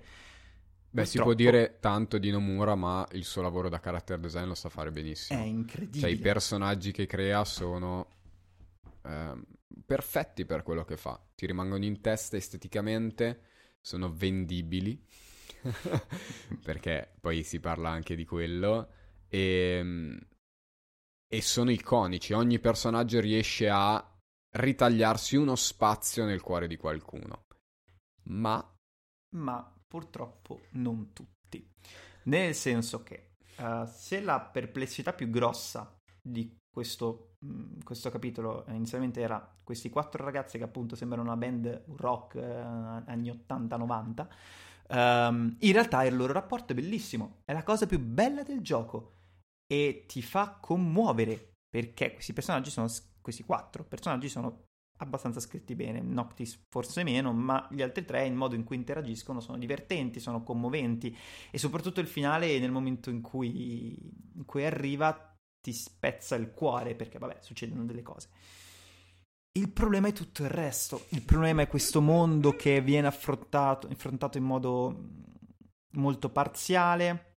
B: Beh, si
C: Purtroppo
B: può dire tanto di Nomura, ma il suo lavoro da character design lo sa fare benissimo.
C: È incredibile.
B: Cioè, i personaggi che crea sono ehm, perfetti per quello che fa. Ti rimangono in testa esteticamente. sono vendibili, perché poi si parla anche di quello, e, e sono iconici. Ogni personaggio riesce a ritagliarsi uno spazio nel cuore di qualcuno. Ma
C: ma purtroppo non tutti. Nel senso che eh, se la perplessità più grossa di questo, mh, questo capitolo eh, inizialmente era questi quattro ragazzi che appunto sembrano una band rock eh, anni 80-90, ehm, in realtà il loro rapporto è bellissimo, è la cosa più bella del gioco e ti fa commuovere perché questi personaggi sono questi quattro personaggi sono abbastanza scritti bene, Noctis forse meno, ma gli altri tre, il modo in cui interagiscono, sono divertenti, sono commoventi e soprattutto il finale nel momento in cui, in cui arriva ti spezza il cuore perché vabbè succedono delle cose. Il problema è tutto il resto, il problema è questo mondo che viene affrontato, affrontato in modo mm, molto parziale,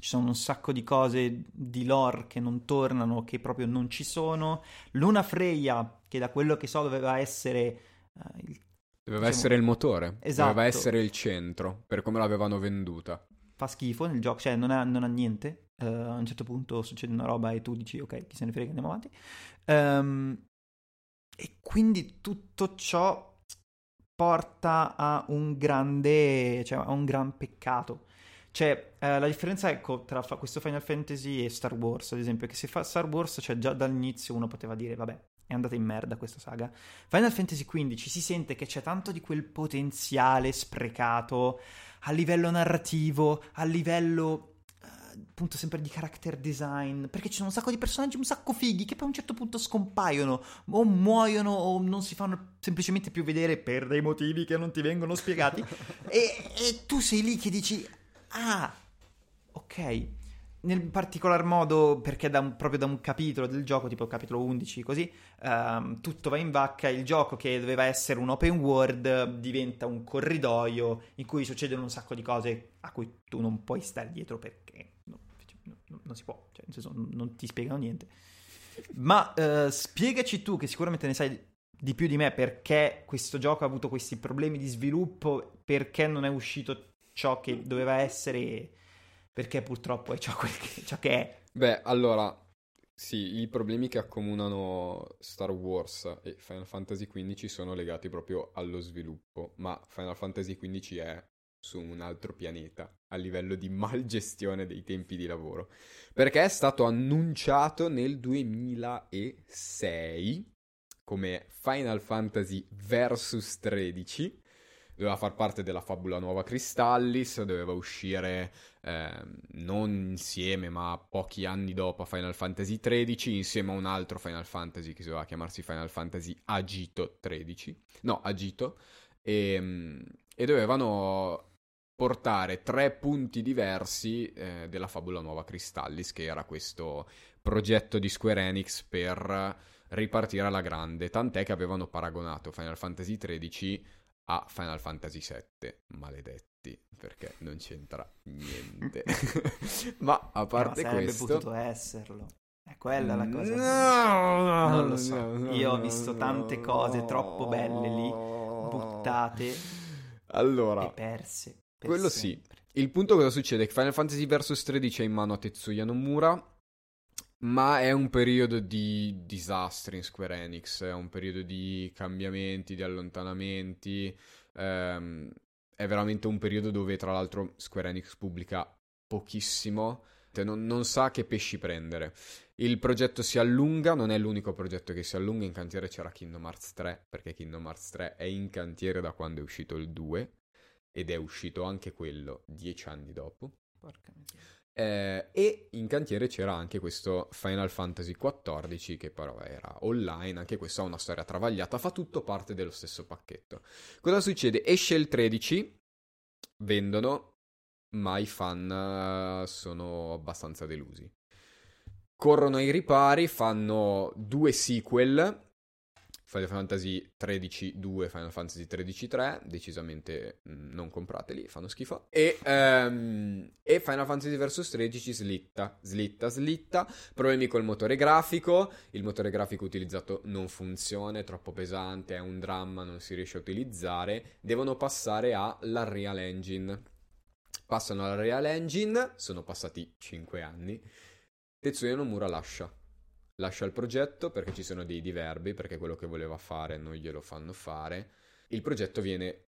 C: ci sono un sacco di cose di lore che non tornano, che proprio non ci sono. Luna Freya, che da quello che so doveva essere eh, il-
B: doveva
C: Diciamo-
B: essere il motore,
C: Esatto.
B: doveva essere il centro, per come l'avevano venduta.
C: fa schifo nel gioco, cioè non ha, non ha niente. Eh, a un certo punto succede una roba e tu dici ok, chi se ne frega, andiamo avanti. Ehm, e quindi tutto ciò porta a un grande, cioè a un gran peccato. Cioè, eh, la differenza ecco, tra fa- questo Final Fantasy e Star Wars, ad esempio, è che se fa Star Wars, cioè già dall'inizio uno poteva dire, vabbè, è andata in merda questa saga. Final Fantasy XV si sente che c'è tanto di quel potenziale sprecato a livello narrativo, a livello eh, appunto sempre di character design perché ci sono un sacco di personaggi un sacco fighi che poi a un certo punto scompaiono o muoiono o non si fanno semplicemente più vedere per dei motivi che non ti vengono spiegati e, e tu sei lì che dici ah ok nel particolar modo perché da un- proprio da un capitolo del gioco tipo capitolo 11 così ehm, tutto va in vacca il gioco che doveva essere un open world eh, diventa un corridoio in cui succedono un sacco di cose a cui tu non puoi stare dietro perché no, cioè, no, no, non si può cioè nel senso non- non ti spiegano niente ma eh, spiegaci tu che sicuramente ne sai di più di me perché questo gioco ha avuto questi problemi di sviluppo perché non è uscito ciò che doveva essere perché purtroppo è ciò, quel che, ciò che è.
B: Beh, allora, sì, i problemi che accomunano Star Wars e Final Fantasy XV sono legati proprio allo sviluppo, ma Final Fantasy XV è su un altro pianeta a livello di malgestione dei tempi di lavoro, perché è stato annunciato nel 2006 come Final Fantasy Versus 13. Doveva far parte della fabula nuova Cristallis, doveva uscire ehm, non insieme ma pochi anni dopo a Final Fantasy XIII insieme a un altro Final Fantasy che doveva chiamarsi Final Fantasy Agito XIII no Agito e, e dovevano portare tre punti diversi eh, della fabula nuova Cristallis che era questo progetto di Square Enix per ripartire alla grande tant'è che avevano paragonato Final Fantasy XIII a Final Fantasy VII, maledetti, perché non c'entra niente. Ma a parte
C: Eh, ma sarebbe
B: questo...
C: potuto esserlo. È quella la cosa.
B: No,
C: Non lo so.
B: no,
C: Io ho
B: no,
C: visto
B: no,
C: tante cose troppo belle lì, buttate E
B: Allora,
C: perse. per
B: Quello sì.
C: sempre.
B: Il punto cosa succede? Che Final Fantasy Versus 13 è in mano a Tetsuya Nomura, ma è un periodo di disastri in Square Enix, è un periodo di cambiamenti, di allontanamenti, ehm, è veramente un periodo dove tra l'altro Square Enix pubblica pochissimo, te- non, non sa che pesci prendere. Il progetto si allunga, non è l'unico progetto che si allunga, in cantiere c'era Kingdom Hearts 3, perché Kingdom Hearts 3 è in cantiere da quando è uscito il 2 ed è uscito anche quello dieci anni dopo.
C: Porca miseria.
B: Eh, e in cantiere c'era anche questo Final Fantasy XIV che però era online, anche questo ha una storia travagliata, fa tutto parte dello stesso pacchetto. Cosa succede? Esce il 13, vendono, ma i fan eh, sono abbastanza delusi. Corrono ai ripari, fanno due sequel, Final Fantasy 13 2, Final Fantasy 13 3, decisamente mh, non comprateli, fanno schifo. E, ehm, e Final Fantasy vs 13 slitta, slitta, slitta, problemi col motore grafico, il motore grafico utilizzato non funziona, è troppo pesante, è un dramma, non si riesce a utilizzare, devono passare all'Unreal Engine. Passano all'Unreal Engine, sono passati 5 anni, Tetsuya Nomura lascia lascia il progetto perché ci sono dei diverbi, perché quello che voleva fare non glielo fanno fare. Il progetto viene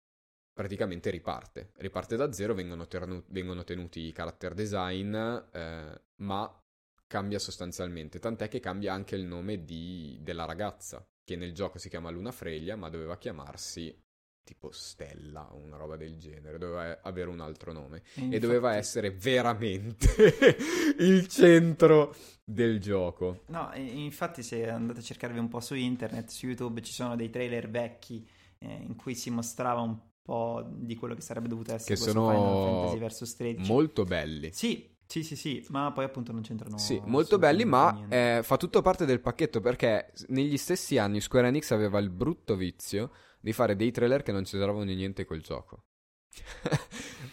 B: praticamente riparte, riparte da zero, vengono, ternu- vengono tenuti i character design, eh, ma cambia sostanzialmente, tant'è che cambia anche il nome di- della ragazza, che nel gioco si chiama Luna Freglia, ma doveva chiamarsi tipo Stella o una roba del genere, doveva avere un altro nome e doveva essere veramente il centro del gioco.
C: No, e- infatti se andate a cercarvi un po' su internet, su YouTube, ci sono dei trailer vecchi eh, in cui si mostrava un po' di quello che sarebbe dovuto essere
B: Che
C: questo
B: sono
C: Final Fantasy vs 13.
B: Molto belli.
C: Sì, sì, sì, sì, ma poi appunto non c'entrano
B: Sì, molto belli, ma
C: assolutamente niente.
B: eh, fa tutto parte del pacchetto perché s- negli stessi anni Square Enix aveva il brutto vizio di fare dei trailer che non c'entravano niente col gioco.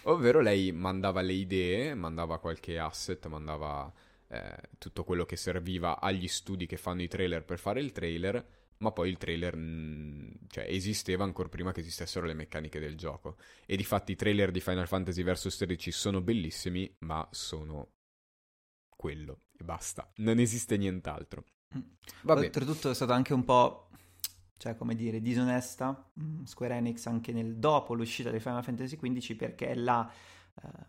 B: Ovvero lei mandava le idee, mandava qualche asset, mandava eh, tutto quello che serviva agli studi che fanno i trailer per fare il trailer, ma poi il trailer mm, cioè, esisteva ancora prima che esistessero le meccaniche del gioco. E di fatti i trailer di Final Fantasy vs 13 sono bellissimi, ma sono quello e basta. Non esiste nient'altro.
C: Mm.
B: Vabbè,
C: Oltretutto è stata anche un po', cioè come dire, disonesta mm, Square Enix anche nel dopo l'uscita di Final Fantasy XV perché l'ha eh,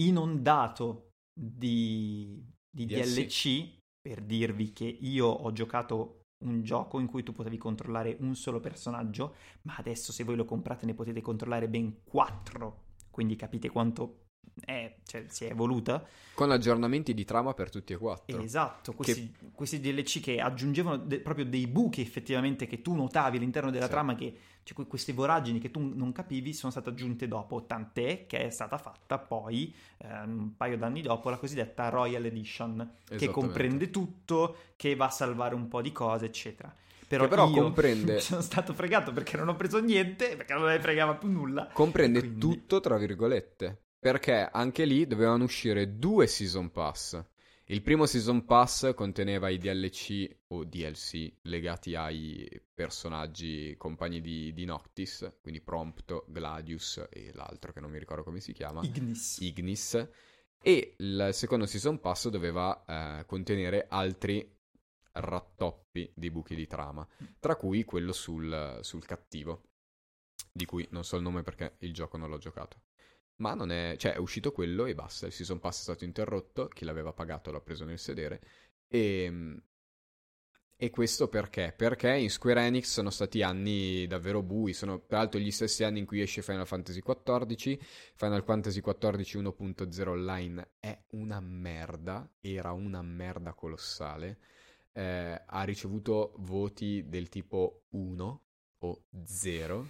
C: inondato di, di
B: DLC.
C: DLC per dirvi che io ho giocato un gioco in cui tu potevi controllare un solo personaggio, ma adesso se voi lo comprate ne potete controllare ben quattro, quindi capite quanto è, cioè, si è evoluta.
B: con aggiornamenti di trama per tutti e quattro.
C: Esatto, questi, questi DLC che aggiungevano de- proprio dei buchi effettivamente che tu notavi all'interno della
B: Sì.
C: trama, che, cioè que- queste voragini che tu non capivi sono state aggiunte dopo, tant'è che è stata fatta poi eh, un paio d'anni dopo la cosiddetta Royal Edition, che
B: Esattamente.
C: comprende tutto, che va a salvare un po' di cose, eccetera. Però,
B: Che però
C: io Cioè,
B: comprende-
C: sono stato fregato perché non ho preso niente, perché non me ne fregava più nulla.
B: Comprende
C: Quindi-
B: tutto, tra virgolette. Perché anche lì dovevano uscire due season pass. Il primo season pass conteneva i DLC o DLC legati ai personaggi compagni di, di Noctis, quindi Prompto, Gladius e l'altro che non mi ricordo come si chiama.
C: Ignis.
B: Ignis e il secondo season pass doveva eh, contenere altri rattoppi di buchi di trama, tra cui quello sul, sul cattivo, di cui non so il nome perché il gioco non l'ho giocato. Ma non è, cioè è uscito quello e basta, il season pass è stato interrotto, chi l'aveva pagato l'ha preso nel sedere e... mm, E questo perché? Perché in Square Enix sono stati anni davvero bui, sono peraltro gli stessi anni in cui esce Final Fantasy XIV, Final Fantasy XIV 1.0 online è una merda, era una merda colossale. Eh, ha ricevuto voti del tipo 1 o 0.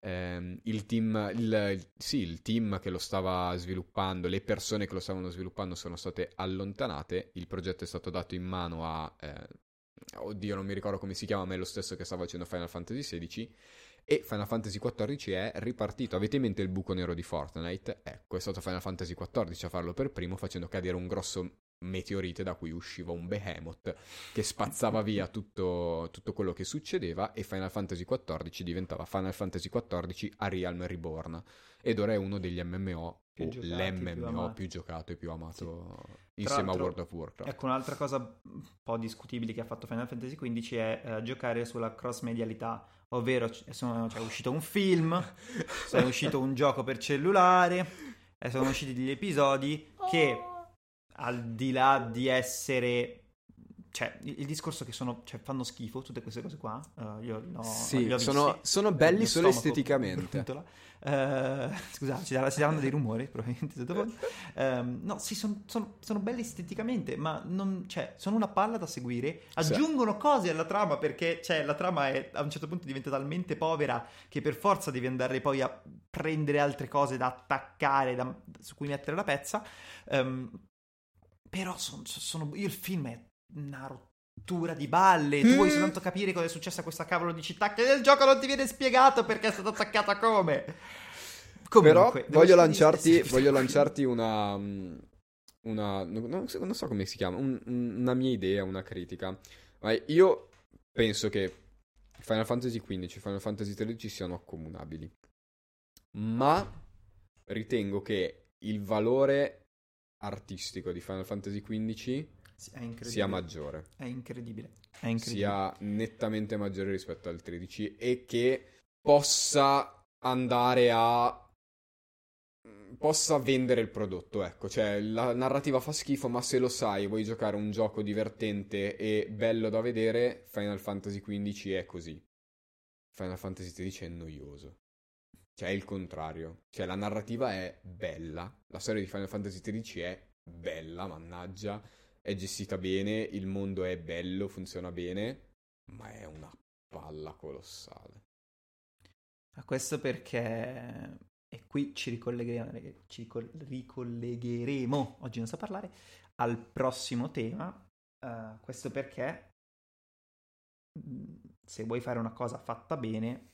B: Ehm, il team, il- il- sì, il team che lo stava sviluppando, le persone che lo stavano sviluppando sono state allontanate. Il progetto è stato dato in mano a, eh, oddio, non mi ricordo come si chiama, ma è lo stesso che stava facendo Final Fantasy XVI. E Final Fantasy XIV è ripartito. Avete in mente il buco nero di Fortnite? Ecco, è stato Final Fantasy XIV a farlo per primo, facendo cadere un grosso meteorite da cui usciva un behemoth che spazzava via tutto, tutto quello che succedeva e Final Fantasy XIV diventava Final Fantasy XIV a Realm Reborn ed ora è uno degli MMO
C: Più
B: o
C: giocati, più
B: l'MMO
C: amati.
B: più giocato e più amato insieme a
C: l'altro,
B: World of Warcraft.
C: Ecco, un'altra cosa un po' discutibile che ha fatto Final Fantasy XV è eh, giocare sulla cross-medialità, ovvero c- sono- cioè, è uscito un film, è uscito un gioco per cellulare, e sono usciti degli episodi che al di là di essere... Cioè, il il discorso che sono, cioè, fanno schifo tutte queste cose qua. eh, io no,
B: Sì,
C: li ho
B: sono,
C: visti.
B: sono
C: Il mio
B: belli solo
C: stomaco
B: Eh, esteticamente.
C: brutola. Eh, scusa, ci daranno, ci daranno dei rumori probabilmente sottofondo. Ehm, no, sì, son- sono- sono belli esteticamente, ma non, cioè, sono una palla da seguire.
B: Sì.
C: Aggiungono cose alla trama perché cioè, la trama è, a un certo punto diventa talmente povera che per forza devi andare poi a prendere altre cose da attaccare, da- su cui mettere la pezza. Ehm, però son- sono, io il film è una struttura di balle. Tu
B: Mm.
C: vuoi soltanto capire cosa è successo a questa cavolo di città che nel gioco non ti viene spiegato perché è stata attaccata come.
B: Però
C: Comunque, devo
B: voglio
C: solo
B: lanciarti,
C: dire-
B: voglio lanciarti una. mm, una non, non so- non so come si chiama, un- un- una mia idea, una critica. Ma io penso che Final Fantasy XV e Final Fantasy XIII siano accomunabili. Ma ritengo che il valore artistico di Final Fantasy XV
C: Sì, è incredibile.
B: sia maggiore
C: È incredibile. È incredibile.
B: sia nettamente maggiore rispetto al 13 e che possa andare a possa vendere il prodotto, ecco, cioè la narrativa fa schifo, ma se lo sai, vuoi giocare un gioco divertente e bello da vedere, Final Fantasy XV è così. Final Fantasy XIII è noioso. Cioè è il contrario, cioè la narrativa è bella, la storia di Final Fantasy XIII è bella, mannaggia, è gestita bene, il mondo è bello, funziona bene, ma è una palla colossale.
C: Ma questo perché. E qui ci ricollegheremo, ci ricol- ricollegheremo, oggi non so parlare, al prossimo tema. Eh, questo perché mh, se vuoi fare una cosa fatta bene,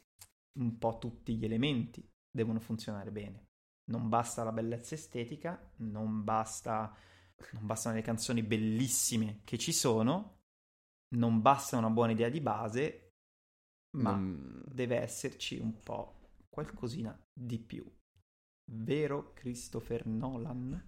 C: un po' tutti gli elementi devono funzionare bene. Non basta la bellezza estetica, non, basta, non bastano le canzoni bellissime che ci sono, non basta una buona idea di base, ma
B: Non-
C: deve esserci un po' qualcosina di più. Vero Christopher Nolan?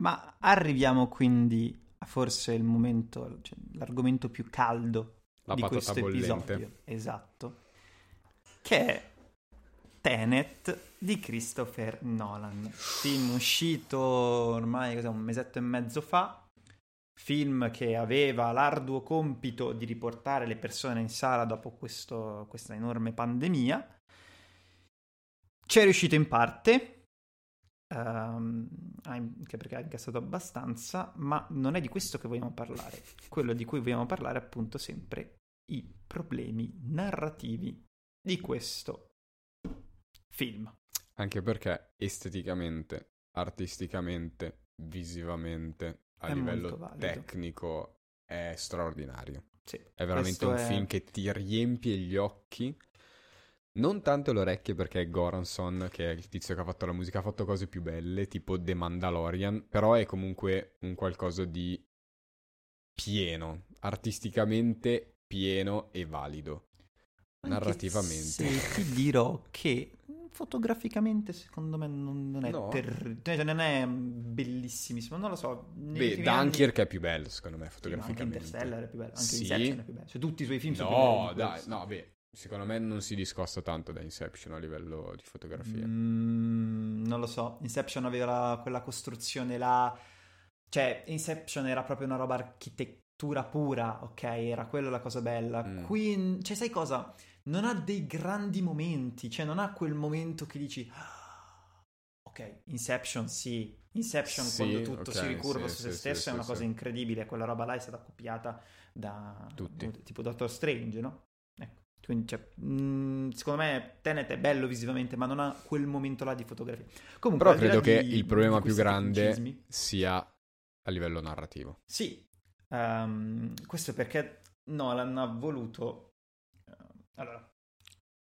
C: Ma arriviamo quindi a forse il momento, cioè, l'argomento più caldo
B: La
C: di
B: patata
C: questo
B: bollente.
C: episodio. Esatto. Che è Tenet di Christopher Nolan. Film uscito ormai cos'è, un mesetto e mezzo fa. Film che aveva l'arduo compito di riportare le persone in sala dopo questo- questa enorme pandemia. Ci è riuscito in parte, ehm, ha in- anche perché ha incassato abbastanza, ma non è di questo che vogliamo parlare. Quello di cui vogliamo parlare è appunto sempre i problemi narrativi di questo film.
B: Anche perché esteticamente, artisticamente, visivamente, a
C: È molto
B: livello
C: valido.
B: tecnico è straordinario.
C: Sì,
B: È veramente
C: questo
B: un
C: è-
B: film che ti riempie gli occhi. Non tanto le orecchie perché Goranson, che è il tizio che ha fatto la musica, ha fatto cose più belle, tipo The Mandalorian, però è comunque un qualcosa di pieno, artisticamente pieno e valido.
C: Anche
B: narrativamente.
C: Se ti dirò che fotograficamente secondo me non, non è
B: No.
C: ter- cioè, non è bellissimissimo, non lo so. negli
B: Beh,
C: ultimi anni-
B: Dunkirk è più bello, secondo me,
C: Sì, ma anche
B: fotograficamente.
C: Interstellar è più bello, anche
B: Sì.
C: Inception è più bello. Cioè, tutti i suoi film sono più belli
B: No,
C: di
B: dai,
C: questo.
B: no, beh, secondo me non si discosta tanto da Inception a livello di fotografia.
C: Mm, non lo so, Inception aveva quella costruzione là, cioè Inception era proprio una roba architettura pura, ok? Era quella la cosa bella.
B: Mm.
C: Qui, cioè sai cosa? Non ha dei grandi momenti, cioè non ha quel momento che dici... "Ah". Ok, Inception sì, Inception
B: Sì,
C: quando tutto
B: ok,
C: si ricurva
B: sì,
C: su se
B: sì,
C: stesso
B: sì,
C: è una
B: sì,
C: cosa
B: sì.
C: incredibile, quella roba là è stata copiata da...
B: Tutti.
C: tipo Doctor Strange, no? Ecco, quindi cioè, mh, secondo me Tenet è bello visivamente, ma non ha quel momento là di fotografia. Comunque,
B: Però
C: al di
B: credo
C: là
B: che
C: di-
B: il problema
C: di
B: più
C: questi
B: grande-
C: tecnicismi-
B: Sia a livello narrativo.
C: Sì, ehm, questo è perché Nolan ha voluto... ehm, allora,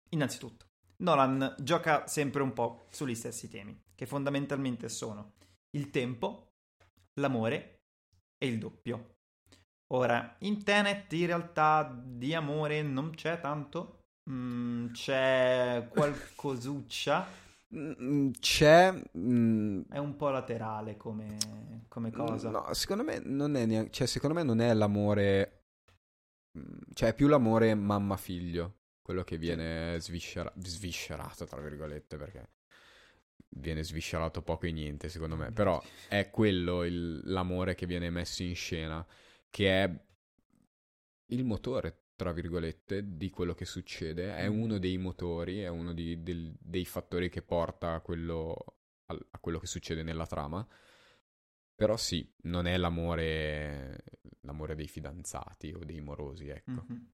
C: innanzitutto, Nolan gioca sempre un po' sugli stessi temi, che fondamentalmente sono il tempo, l'amore e il doppio. Ora, in Tenet in realtà di amore non c'è tanto, mm, c'è qualcosuccia,
B: Mm, C'è... mm,
C: è un po' laterale come, come cosa.
B: No, secondo me non è neanche... Cioè, secondo me non è l'amore... mm, Cioè, è più l'amore mamma-figlio. Quello che viene sviscera- sviscerato, tra virgolette, perché... Viene sviscerato poco e niente, secondo me. Però è quello il- l'amore che viene messo in scena, che è il motore, tra virgolette, di quello che succede. È
C: Mm.
B: uno dei motori, è uno di- del- dei fattori che porta a quello, al- a quello che succede nella trama. Però sì, non è l'amore, l'amore dei fidanzati o dei morosi, ecco.
C: Mhm.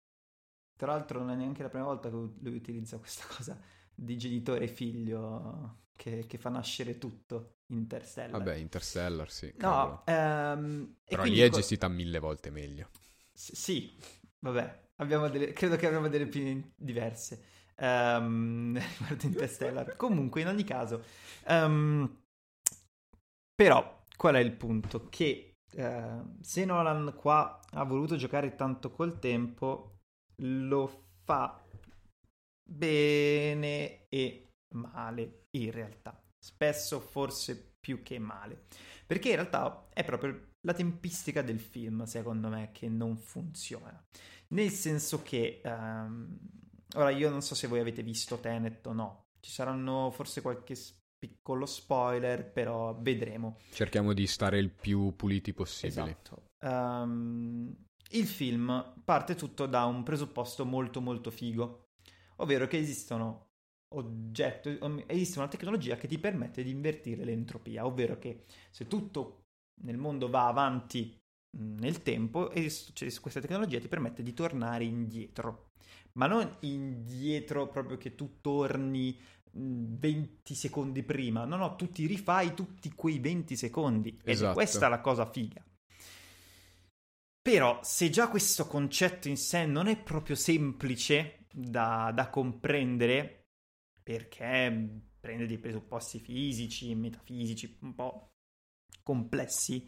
C: Tra l'altro non è neanche la prima volta che lui utilizza questa cosa di genitore e figlio che, che fa nascere tutto Interstellar.
B: Vabbè, Interstellar, sì. cavolo.
C: Eh No, ehm, e
B: Però
C: quindi
B: lì è
C: co-
B: gestita mille volte meglio.
C: S- Sì, vabbè, abbiamo delle- credo che avremo delle opinioni diverse ehm, riguardo Interstellar. Comunque, in ogni caso, ehm, però, qual è il punto? Che eh, se Nolan qua ha voluto giocare tanto col tempo, lo fa bene e male, in realtà. Spesso forse più che male. Perché in realtà è proprio la tempistica del film, secondo me, che non funziona. Nel senso che, ehm, ora io non so se voi avete visto Tenet o no, ci saranno forse qualche s- piccolo spoiler, però vedremo.
B: Cerchiamo di stare il più puliti possibili.
C: Esatto. Ehm, il film parte tutto da un presupposto molto molto figo, ovvero che esistono oggetti, om- esiste una tecnologia che ti permette di invertire l'entropia, ovvero che se tutto nel mondo va avanti mh, nel tempo, es- cioè, questa tecnologia ti permette di tornare indietro, ma non indietro proprio che tu torni mh, 20 secondi prima, no, no, tu ti rifai tutti quei 20 secondi ed è
B: Esatto.
C: questa la cosa figa. Però se già questo concetto in sé non è proprio semplice da, da comprendere, perché prende dei presupposti fisici, metafisici, un po' complessi,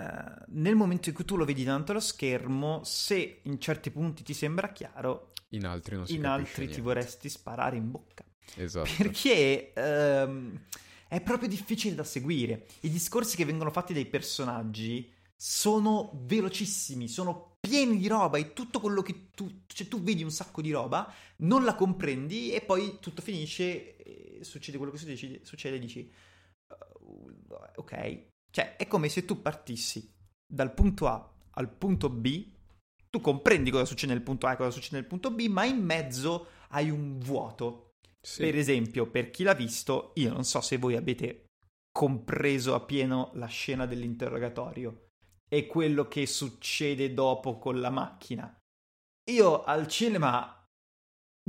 C: eh, nel momento in cui tu lo vedi davanti allo schermo, se in certi punti ti sembra chiaro,
B: In altri non si
C: in
B: capisce
C: altri ti
B: niente.
C: vorresti sparare in bocca.
B: Esatto.
C: Perché ehm, è proprio difficile da seguire. I discorsi che vengono fatti dai personaggi sono velocissimi, sono pieni di roba e tutto quello che tu, cioè tu vedi un sacco di roba, non la comprendi e poi tutto finisce, e succede quello che succede, succede e dici, "Uh, ok, cioè è come se tu partissi dal punto A al punto B, tu comprendi cosa succede nel punto A e cosa succede nel punto B, ma in mezzo hai un vuoto
B: Sì.
C: per esempio, per chi l'ha visto, io non so se voi avete compreso appieno la scena dell'interrogatorio e quello che succede dopo con la macchina. Io al cinema,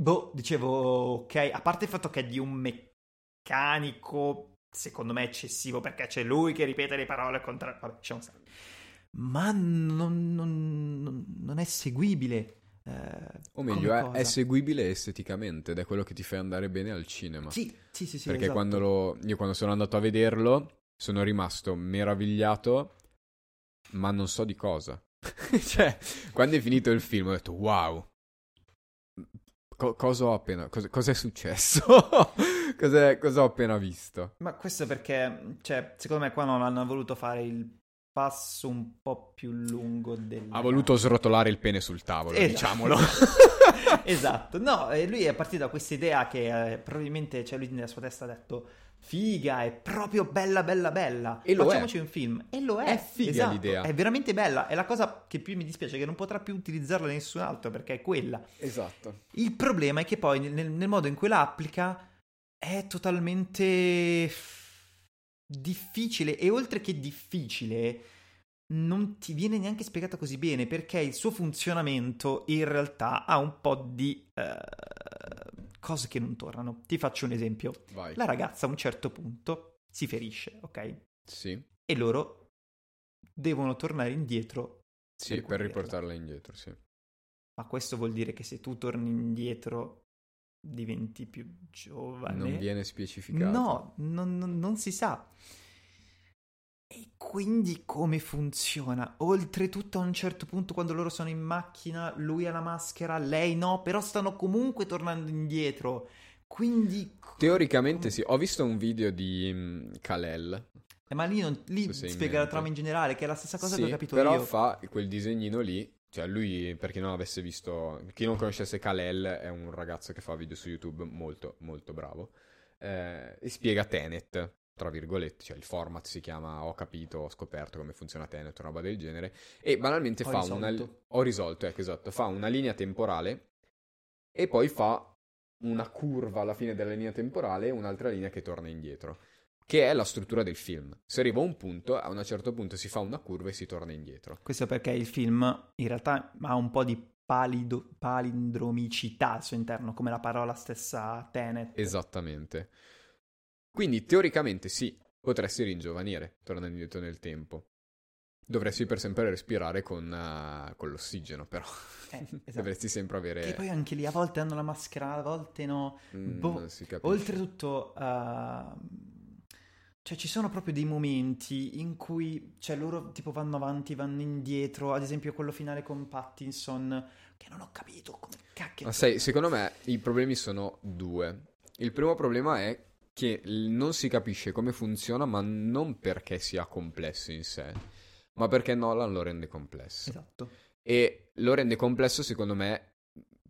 C: boh, dicevo, ok, a parte il fatto che è di un meccanico, secondo me eccessivo, perché c'è lui che ripete le parole contro... Vabbè, lasciamo stare. Ma non, non- non- non è seguibile. eh,
B: O
C: come
B: meglio, è,
C: cosa.
B: è seguibile esteticamente ed è quello che ti fa andare bene al cinema.
C: Sì, sì, sì, sì,
B: perché
C: esatto.
B: quando lo- io quando sono andato a vederlo sono rimasto meravigliato, ma non so di cosa. cioè, quando è finito il film ho detto wow, co- cosa ho appena, cos- cosa è successo? Cos'è- cosa ho appena visto?
C: Ma questo è perché, cioè, secondo me qua non hanno voluto fare il passo un po' più lungo del...
B: Ha voluto srotolare il pene sul tavolo,
C: Esatto.
B: diciamolo.
C: esatto, no, eh, lui è partito da questa idea che eh, probabilmente, cioè, lui nella sua testa ha detto figa, è proprio bella, bella, bella,
B: E lo è.
C: facciamoci un film. E lo è.
B: È figa
C: esatto,
B: l'idea.
C: È veramente bella, è la cosa che più mi dispiace, che non potrà più utilizzarla nessun altro, perché è quella.
B: esatto.
C: Il problema è che poi nel, nel modo in cui la applica è totalmente difficile e oltre che difficile non ti viene neanche spiegata così bene perché il suo funzionamento in realtà ha un po' di eh, cose che non tornano. Ti faccio un esempio.
B: Vai.
C: La ragazza a un certo punto si ferisce, ok?
B: Sì,
C: E loro devono tornare indietro
B: sì,
C: Per
B: per
C: guarirla.
B: riportarla indietro, sì.
C: ma questo vuol dire che se tu torni indietro diventi più giovane.
B: Non viene specificato.
C: No, non, non- non si sa. E quindi come funziona? Oltretutto a un certo punto quando loro sono in macchina, lui ha la maschera, lei no, però stanno comunque tornando indietro. Quindi...
B: Teoricamente sì, ho visto un video di mm, Kalel,
C: Eh, Ma lì, non, lì
B: Se sei in
C: spiega la
B: mente.
C: trama in generale, che è la stessa cosa
B: Sì,
C: che ho capito
B: però
C: io.
B: fa quel disegnino lì, cioè lui, per chi non avesse visto, chi non conoscesse Kalel è un ragazzo che fa video su YouTube molto, molto bravo, eh, e spiega Tenet, tra virgolette, cioè il format si chiama Ho capito, ho scoperto come funziona Tenet, una roba del genere, e banalmente
C: Ho
B: fa
C: risolto.
B: una... Ho risolto, ecco, esatto, fa una linea temporale e poi fa una curva alla fine della linea temporale e un'altra linea che torna indietro che è la struttura del film. Si arriva a un punto, a un certo punto si fa una curva e si torna indietro.
C: Questo perché il film in realtà ha un po' di palido- palindromicità al suo interno, come la parola stessa Tenet.
B: Esattamente. Quindi teoricamente sì, potresti ringiovanire tornando indietro nel tempo. Dovresti per sempre respirare con, eh, con l'ossigeno, però.
C: Eh, esatto.
B: Dovresti sempre avere...
C: E poi anche lì a volte hanno la maschera, a volte no.
B: Mm,
C: boh,
B: non si capisce.
C: Oltretutto, ehm, cioè ci sono proprio dei momenti in cui cioè, loro tipo vanno avanti, vanno indietro. Ad esempio, quello finale con Pattinson, che non ho capito come cacchio.
B: Ma sai, secondo me i problemi sono due. Il primo problema è che l- non si capisce come funziona, ma non perché sia complesso in sé, ma perché Nolan lo rende complesso.
C: Esatto.
B: E lo rende complesso, secondo me,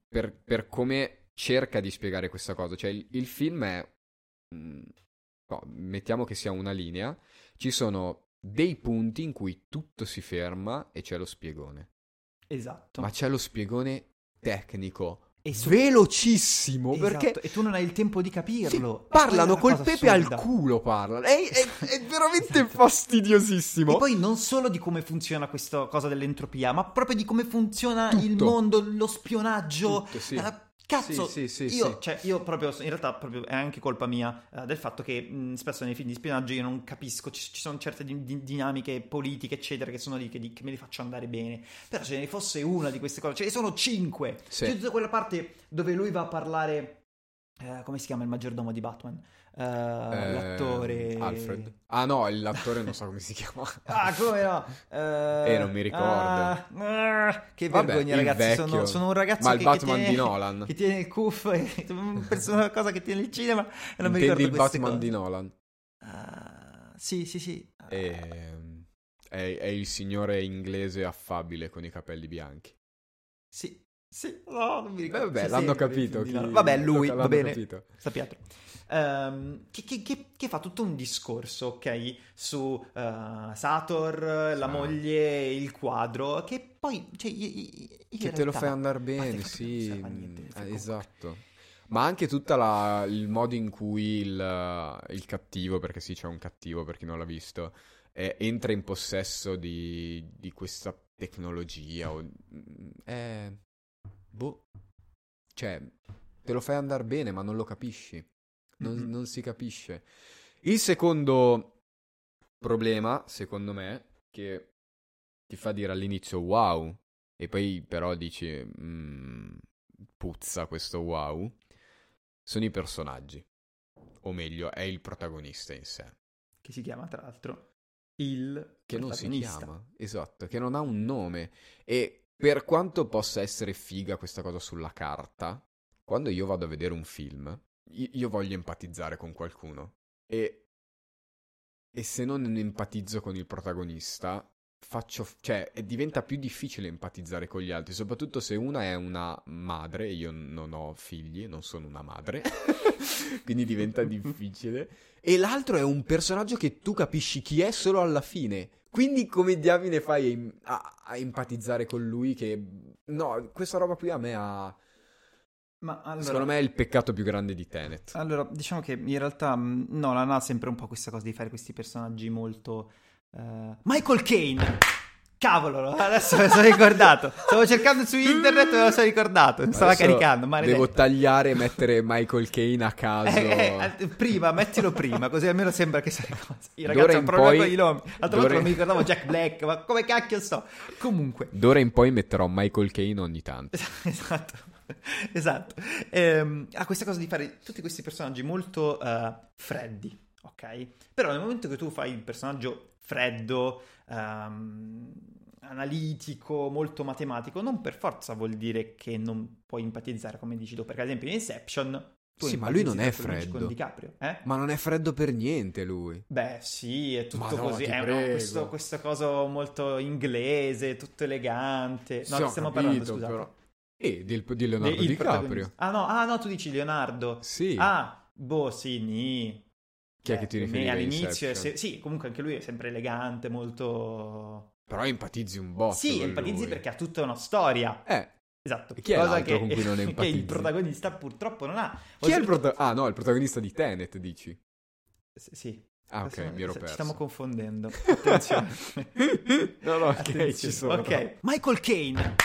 B: per, per come cerca di spiegare questa cosa. Cioè, il, il film è. mh, no, mettiamo che sia una linea. Ci sono dei punti in cui tutto si ferma e c'è lo spiegone.
C: Esatto.
B: Ma c'è lo spiegone tecnico.
C: e su-
B: Velocissimo,
C: esatto,
B: perché
C: E tu non hai il tempo di
B: sì,
C: capirlo.
B: parlano
C: Quella è
B: col
C: la cosa
B: pepe al
C: assurda.
B: culo, parlano. È, è- è veramente
C: Esatto.
B: fastidiosissimo.
C: E poi non solo di come funziona questa cosa dell'entropia, ma proprio di come funziona il
B: Tutto.
C: mondo, lo spionaggio.
B: Tutto, sì.
C: Eh, Cazzo,
B: Sì, sì, sì,
C: io,
B: sì.
C: cioè, io proprio, in realtà proprio è anche colpa mia eh, del fatto che mh, spesso nei film di spionaggio io non capisco, ci, ci sono certe di- di- dinamiche politiche eccetera che sono lì che, di- che me le faccio andare bene, però se ne fosse una di queste cose, ce ne sono cinque,
B: Sì.
C: c'è tutta quella parte dove lui va a parlare, eh, come si chiama il maggiordomo di Batman? Eh,
B: Eh,
C: l'attore...
B: Alfred. Ah no, l'attore non so come si chiama.
C: Ah, come no? Eh,
B: Eh, non mi ricordo.
C: ah, ah, che
B: Vabbè,
C: vergogna,
B: il
C: ragazzi.
B: vecchio.
C: Sono, sono un ragazzo
B: Ma il
C: che,
B: Batman
C: che tiene,
B: di Nolan.
C: Che tiene il cuffo, è una cosa che tiene il cinema. E non mi
B: Intendi
C: ricordo
B: il
C: queste
B: Batman
C: cose. Ah,
B: di Eh. Nolan.
C: Sì, sì, sì.
B: E- Ehm, è, è il signore inglese affabile con i capelli bianchi.
C: Sì, sì. No, non mi
B: Beh,
C: ricordo.
B: Eh, vabbè,
C: Sì, sì,
B: l'hanno
C: Origini
B: capito.
C: di
B: chi-
C: Milano. Vabbè, lui,
B: l'hanno
C: va bene.
B: capito.
C: Sappiatelo. Ehm, che, che- che- che fa tutto un discorso, ok, su eh, Sator, la
B: Sì.
C: moglie, il quadro, che poi... Cioè, i- i- in
B: Che te
C: realtà-
B: lo fai andare
C: a te
B: bene,
C: proprio non
B: sì.
C: serve a niente,
B: mm,
C: fai
B: eh,
C: comunque.
B: esatto. Ma anche tutto il modo in cui il, eh, il cattivo, perché sì, c'è un cattivo per chi non l'ha visto, eh, entra in possesso di, di questa tecnologia. o- mm, eh, boh. Cioè, te lo fai andare bene, ma non lo capisci. Non,
C: Mhm.
B: non si capisce. Il secondo problema, secondo me, che ti fa dire all'inizio wow, e poi però dici "Mm, puzza questo wow, sono i personaggi. O meglio, è il protagonista in sé.
C: Che si chiama, tra l'altro, il...
B: Che non si
C: protagonista.
B: chiama, esatto, che non ha un nome. E per quanto possa essere figa questa cosa sulla carta, quando io vado a vedere un film, i- io voglio empatizzare con qualcuno. E, e se non empatizzo con il protagonista, faccio, cioè, e diventa più difficile empatizzare con gli altri, soprattutto se una è una madre, e io non ho figli, non sono una madre, quindi diventa difficile, e l'altro è un personaggio che tu capisci chi è solo alla fine. Quindi come diavine fai a im- a, a empatizzare con lui che... No, questa roba qui a me ha...
C: Ma allora...
B: Secondo me è il peccato più grande di Tenet.
C: Allora, diciamo che in realtà mh, Nolan ha sempre un po' questa cosa di fare questi personaggi molto... eh, Michael Kane! Cavolo, adesso me lo sono ricordato. Stavo cercando su internet e me lo sono ricordato. Mi stava
B: Adesso
C: caricando, maledetto.
B: Devo tagliare e mettere Michael Caine a caso.
C: Eh, eh, alt- prima, mettilo prima, così almeno sembra che sia una cosa. Io,
B: D'ora
C: Ragazzi, ho
B: in
C: un problema
B: poi-
C: con i nomi. L'altra volta
B: d'ora-
C: non mi ricordavo Jack Black, ma come cacchio sto? Comunque,
B: D'ora in poi metterò Michael Caine ogni tanto.
C: esatto, esatto. Ehm, ha questa cosa di fare tutti questi personaggi molto eh, freddi, ok? Però nel momento che tu fai il personaggio freddo, ehm, analitico, molto matematico, non per forza vuol dire che non puoi empatizzare, come dici tu, perché ad esempio in Inception... tu
B: Sì, ma lui non è
C: empatizzi con-
B: freddo.
C: Con DiCaprio, eh?
B: Ma non è freddo per niente lui.
C: Beh, sì, è tutto
B: Ma no,
C: così.
B: ti
C: È una-
B: prego.
C: questo, questa cosa molto inglese, tutto elegante. No,
B: Sì,
C: che
B: ho
C: stiamo
B: capito,
C: parlando, scusate.
B: però. Eh, del- di
C: De-
B: Leonardo
C: il
B: DiCaprio.
C: protagonista. Ah no, ah, no, tu dici Leonardo.
B: Sì.
C: Ah, boh, sì, ni.
B: Chi è che
C: Eh,
B: ti
C: me
B: riferiva a
C: All'inizio, è
B: Inception?
C: se- sì, comunque anche lui è sempre elegante, molto...
B: Però empatizzi un botto
C: sì,
B: con
C: empatizzi
B: lui.
C: perché ha tutta una storia.
B: Eh,
C: Esatto.
B: E chi è
C: cosa
B: l'altro
C: che,
B: con cui non
C: che
B: empatizzi?
C: il protagonista purtroppo non ha.
B: chi è il
C: Oltretutto-
B: protagonista? Ah, no, il protagonista di Tenet, dici?
C: Sì.
B: Ah, ok,
C: Adesso
B: mi ero
C: Esatto, ci-
B: perso.
C: Ci stiamo confondendo. Attenzione.
B: No, no, ok, ci sono.
C: Ok, Michael Kane.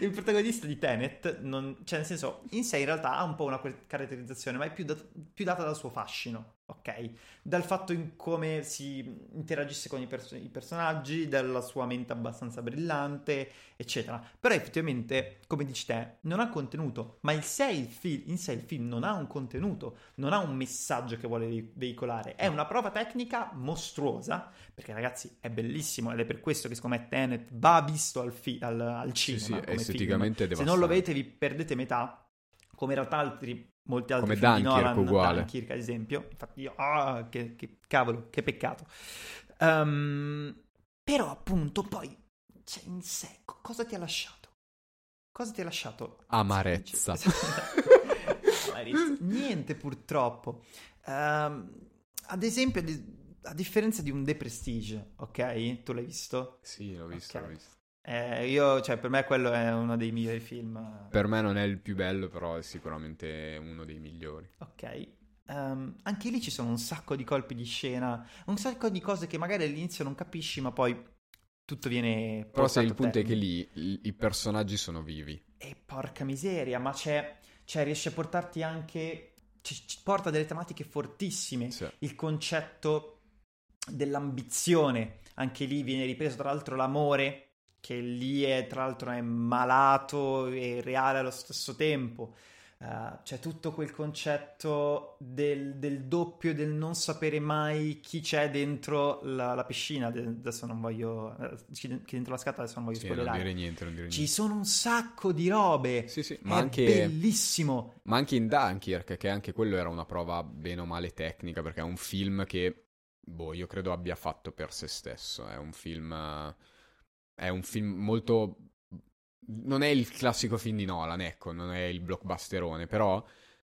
C: Il protagonista di Tenet, non- cioè nel senso, in sé in realtà ha un po' una que- caratterizzazione, ma è più, dat- più data dal suo fascino, ok? Dal fatto in come si interagisse con i, perso- i personaggi, dalla sua mente abbastanza brillante, eccetera. Però effettivamente, come dici te, non ha contenuto, ma in sé il, fil- in sé il film non ha un contenuto, non ha un messaggio che vuole vei- veicolare, è una prova tecnica mostruosa perché ragazzi è bellissimo ed è per questo che secondo me Tenet va visto al, fi- al- al
B: Sì,
C: cinema
B: sì,
C: come
B: esteticamente
C: film.
B: è
C: se non lo
B: devastante.
C: vedete vi perdete metà come in realtà altri molti altri
B: Come
C: film di
B: Dunkirk,
C: Nolan
B: uguale.
C: Dunkirk ad esempio infatti io ah che, che cavolo che peccato Ehm, però appunto poi cioè, in sé co- cosa ti ha lasciato cosa ti ha lasciato esatto.
B: Amarezza.
C: Amarezza. Niente purtroppo. Ehm, ad esempio, ad- a differenza di un The Prestige, ok? Tu l'hai visto?
B: Sì, l'ho visto,
C: Ok.
B: l'ho visto.
C: Eh, io, cioè, per me quello è uno dei migliori film.
B: Per me non è il più bello, però è sicuramente uno dei migliori.
C: Ok. Ehm, anche lì ci sono un sacco di colpi di scena, un sacco di cose che magari all'inizio non capisci, ma poi tutto viene...
B: Però se
C: portato
B: il
C: a
B: punto è
C: termine.
B: che lì i i personaggi sono vivi.
C: E porca miseria, ma c'è, cioè riesce a portarti anche, ci- ci porta delle tematiche fortissime.
B: Sì.
C: Il concetto dell'ambizione, anche lì viene ripreso tra l'altro l'amore, che lì è tra l'altro è malato e reale allo stesso tempo. Eh, c'è tutto quel concetto del, del doppio, del non sapere mai chi c'è dentro la, la piscina. De- adesso non voglio. eh, chi chi dentro la scatola, adesso non voglio
B: Sì, non
C: spoilerare.
B: dire niente, non dire
C: Ci
B: niente.
C: sono un sacco di robe.
B: Sì, sì,
C: è
B: ma anche,
C: bellissimo.
B: ma anche in Dunkirk, che anche quello era una prova bene o male tecnica, perché è un film che boh, io credo abbia fatto per se stesso. È un film. eh, È un film molto. Non è il classico film di Nolan, ecco, non è il blockbusterone, però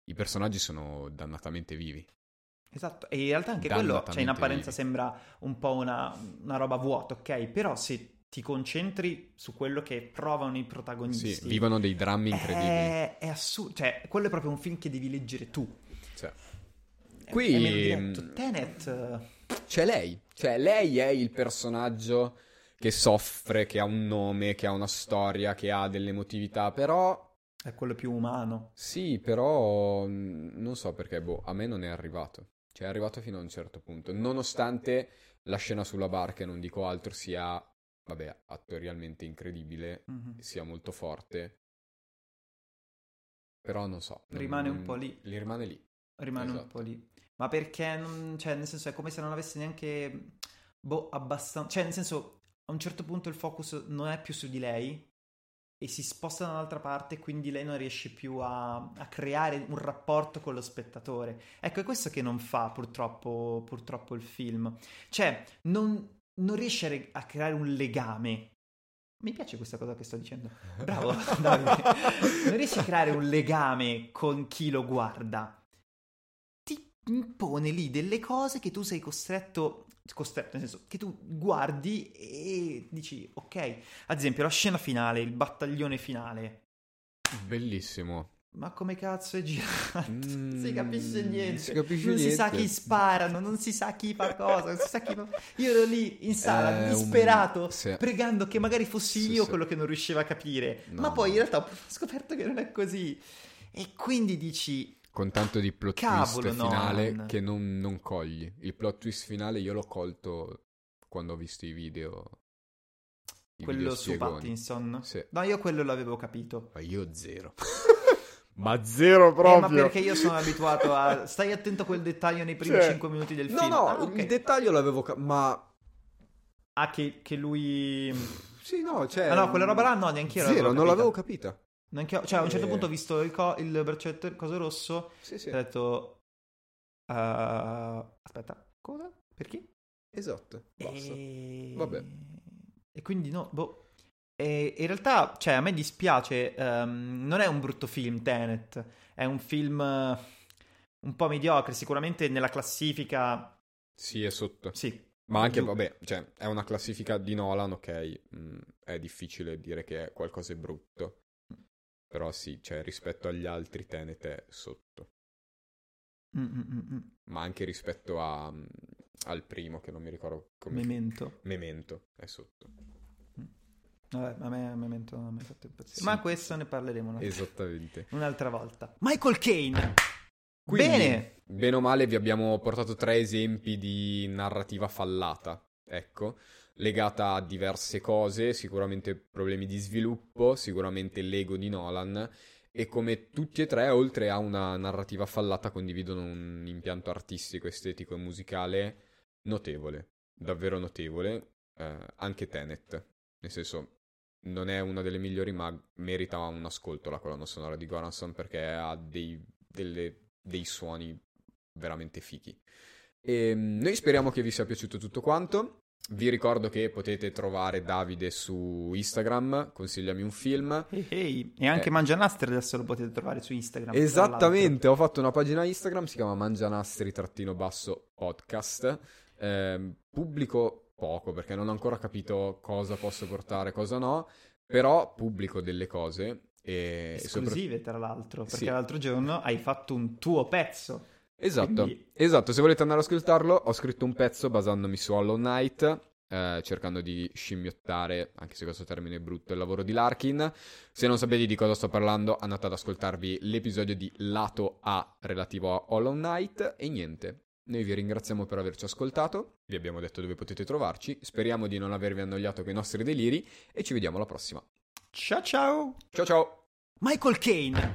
B: i personaggi sono dannatamente vivi.
C: Esatto, e in realtà anche quello, cioè in
B: Dannatamente
C: apparenza
B: vivi.
C: sembra un po' una, una roba vuota, ok? Però se ti concentri su quello che provano i protagonisti...
B: Sì, vivono dei drammi incredibili.
C: È, è assurdo, cioè quello è proprio un film che devi leggere tu.
B: Cioè,
C: È-
B: Qui- mm,
C: è meno diretto. Tenet... eh,
B: c'è lei, cioè lei è il personaggio che soffre, che ha un nome, che ha una storia, che ha delle emotività, però
C: È quello più umano.
B: Sì, però mh, non so perché, boh, a me non è arrivato. Cioè, è arrivato fino a un certo punto. Nonostante la scena sulla barca, e non dico altro, sia, vabbè, attorialmente incredibile,
C: Mhm.
B: sia molto forte. Però non so. non-
C: Rimane un
B: non-
C: po' lì.
B: Li rimane lì.
C: Rimane un
B: Esatto.
C: po' lì. Ma perché, non- cioè, nel senso, è come se non avesse neanche, boh, abbastanza... Cioè, nel senso, a un certo punto il focus non è più su di lei e si sposta da un'altra parte, quindi lei non riesce più a, a creare un rapporto con lo spettatore. Ecco, è questo che non fa purtroppo, purtroppo il film. Cioè, non, non riesce a re- a creare un legame. Mi piace questa cosa che sto dicendo. Bravo, Davide. Non riesci a creare un legame con chi lo guarda. Ti impone lì delle cose che tu sei costretto, costretto nel senso che tu guardi e dici, ok, ad esempio la scena finale, il battaglione finale.
B: Bellissimo.
C: Ma come cazzo è girato? Non si
B: Mm,
C: capisce
B: non si
C: niente.
B: capisce
C: non si sa
B: niente.
C: chi sparano, non si sa chi fa cosa, non si sa chi fa- Io ero lì in sala,
B: È Eh, un-
C: disperato,
B: sì.
C: pregando che magari fossi
B: Sì,
C: io
B: sì.
C: quello che non riusciva a capire.
B: No,
C: Ma poi
B: no.
C: in realtà ho scoperto che non è così. E quindi dici,
B: Con tanto di plot
C: Cavolo,
B: twist finale
C: Nolan.
B: che non, non cogli. Il plot twist finale io l'ho colto quando ho visto i video. i
C: quello
B: video
C: su
B: spiegoni.
C: Pattinson?
B: Sì.
C: No, io quello l'avevo capito.
B: Ma io zero. ma zero
C: Eh,
B: proprio.
C: ma perché io sono abituato a... Stai attento a quel dettaglio nei primi
B: Cioè,
C: 5 minuti del
B: No,
C: film.
B: no,
C: ah, ok.
B: il dettaglio l'avevo... cap- ma...
C: Ah, che, che lui...
B: Sì, no, cioè...
C: Ah no, quella roba là no, neanche io
B: Zero,
C: l'avevo
B: non
C: capita.
B: l'avevo capita.
C: Neanche io- Cioè, a un certo
B: Eh.
C: punto ho visto il, co- il braccetto, il coso rosso,
B: Sì,
C: e
B: sì,
C: ho detto... "Ah, aspetta, cosa? Perché?
B: esatto. Basta.
C: E...
B: Vabbè.
C: E quindi no, boh. E in realtà, cioè, a me dispiace, ehm, non è un brutto film Tenet, è un film eh, un po' mediocre, sicuramente nella classifica,
B: Sì, è sotto.
C: sì,
B: Ma anche,
C: Giù.
B: vabbè, cioè, è una classifica di Nolan, ok. mm, è difficile dire che è qualcosa di brutto. Però sì, cioè, rispetto agli altri Tenet è sotto.
C: mm, mm, mm, mm,
B: Ma anche rispetto a, mm, al primo, che non mi ricordo come...
C: Memento.
B: Memento, è sotto.
C: Vabbè, a me Memento non mi ha fatto impazzire.
B: Sì.
C: Ma questo ne parleremo un'altra-
B: Esattamente.
C: un'altra volta. Michael Kane!
B: Quindi,
C: Bene!
B: bene o male, vi abbiamo portato tre esempi di narrativa fallata, ecco, legata a diverse cose, sicuramente problemi di sviluppo, sicuramente l'ego di Nolan, e come tutti e tre, oltre a una narrativa fallata, condividono un impianto artistico, estetico e musicale notevole, davvero notevole, eh, anche Tenet, nel senso... Non è una delle migliori, ma merita un ascolto la colonna sonora di Goranson perché ha dei, delle dei suoni veramente fichi. E, mm, noi speriamo che vi sia piaciuto tutto quanto. Vi ricordo che potete trovare Davide su Instagram, consigliami un film.
C: Ehi, ehi. E anche
B: Eh.
C: Mangianastre adesso lo potete trovare su Instagram. tra
B: Esattamente, ho fatto una pagina Instagram, si chiama mangianastri-podcast. Ehm, pubblico poco perché non ho ancora capito cosa posso portare, cosa no, però pubblico delle cose
C: l'altro.
B: e e Eh, sopra-
C: Esclusive, tra l'altro, perché
B: Sì.
C: l'altro giorno hai fatto un tuo pezzo.
B: Esatto,
C: Quindi-
B: esatto, se volete andare ad ascoltarlo, ho scritto un pezzo basandomi su Hollow Knight, eh, cercando di scimmiottare, anche se questo termine è brutto, il lavoro di Larkin. Se non sapete di cosa sto parlando, andate ad ascoltarvi l'episodio di Lato A relativo a Hollow Knight e niente. Noi vi ringraziamo per averci ascoltato, vi abbiamo detto dove potete trovarci, speriamo di non avervi annoiato con i nostri deliri e ci vediamo alla prossima.
C: Ciao ciao!
B: Ciao ciao!
C: Michael Kane!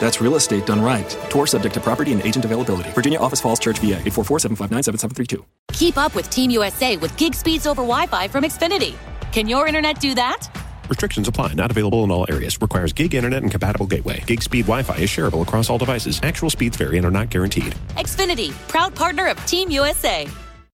D: That's real estate done right. Tour subject to property and agent availability. Virginia Office Falls Church, VA 844-759-7732.
E: Keep up with Team USA with gig speeds over Wi-Fi from Xfinity. Can your internet do that?
F: Restrictions apply. Not available in all areas. Requires gig internet and compatible gateway. Gig speed Wi-Fi is shareable across all devices. Actual speeds vary and are not guaranteed.
E: Xfinity, proud partner of Team USA.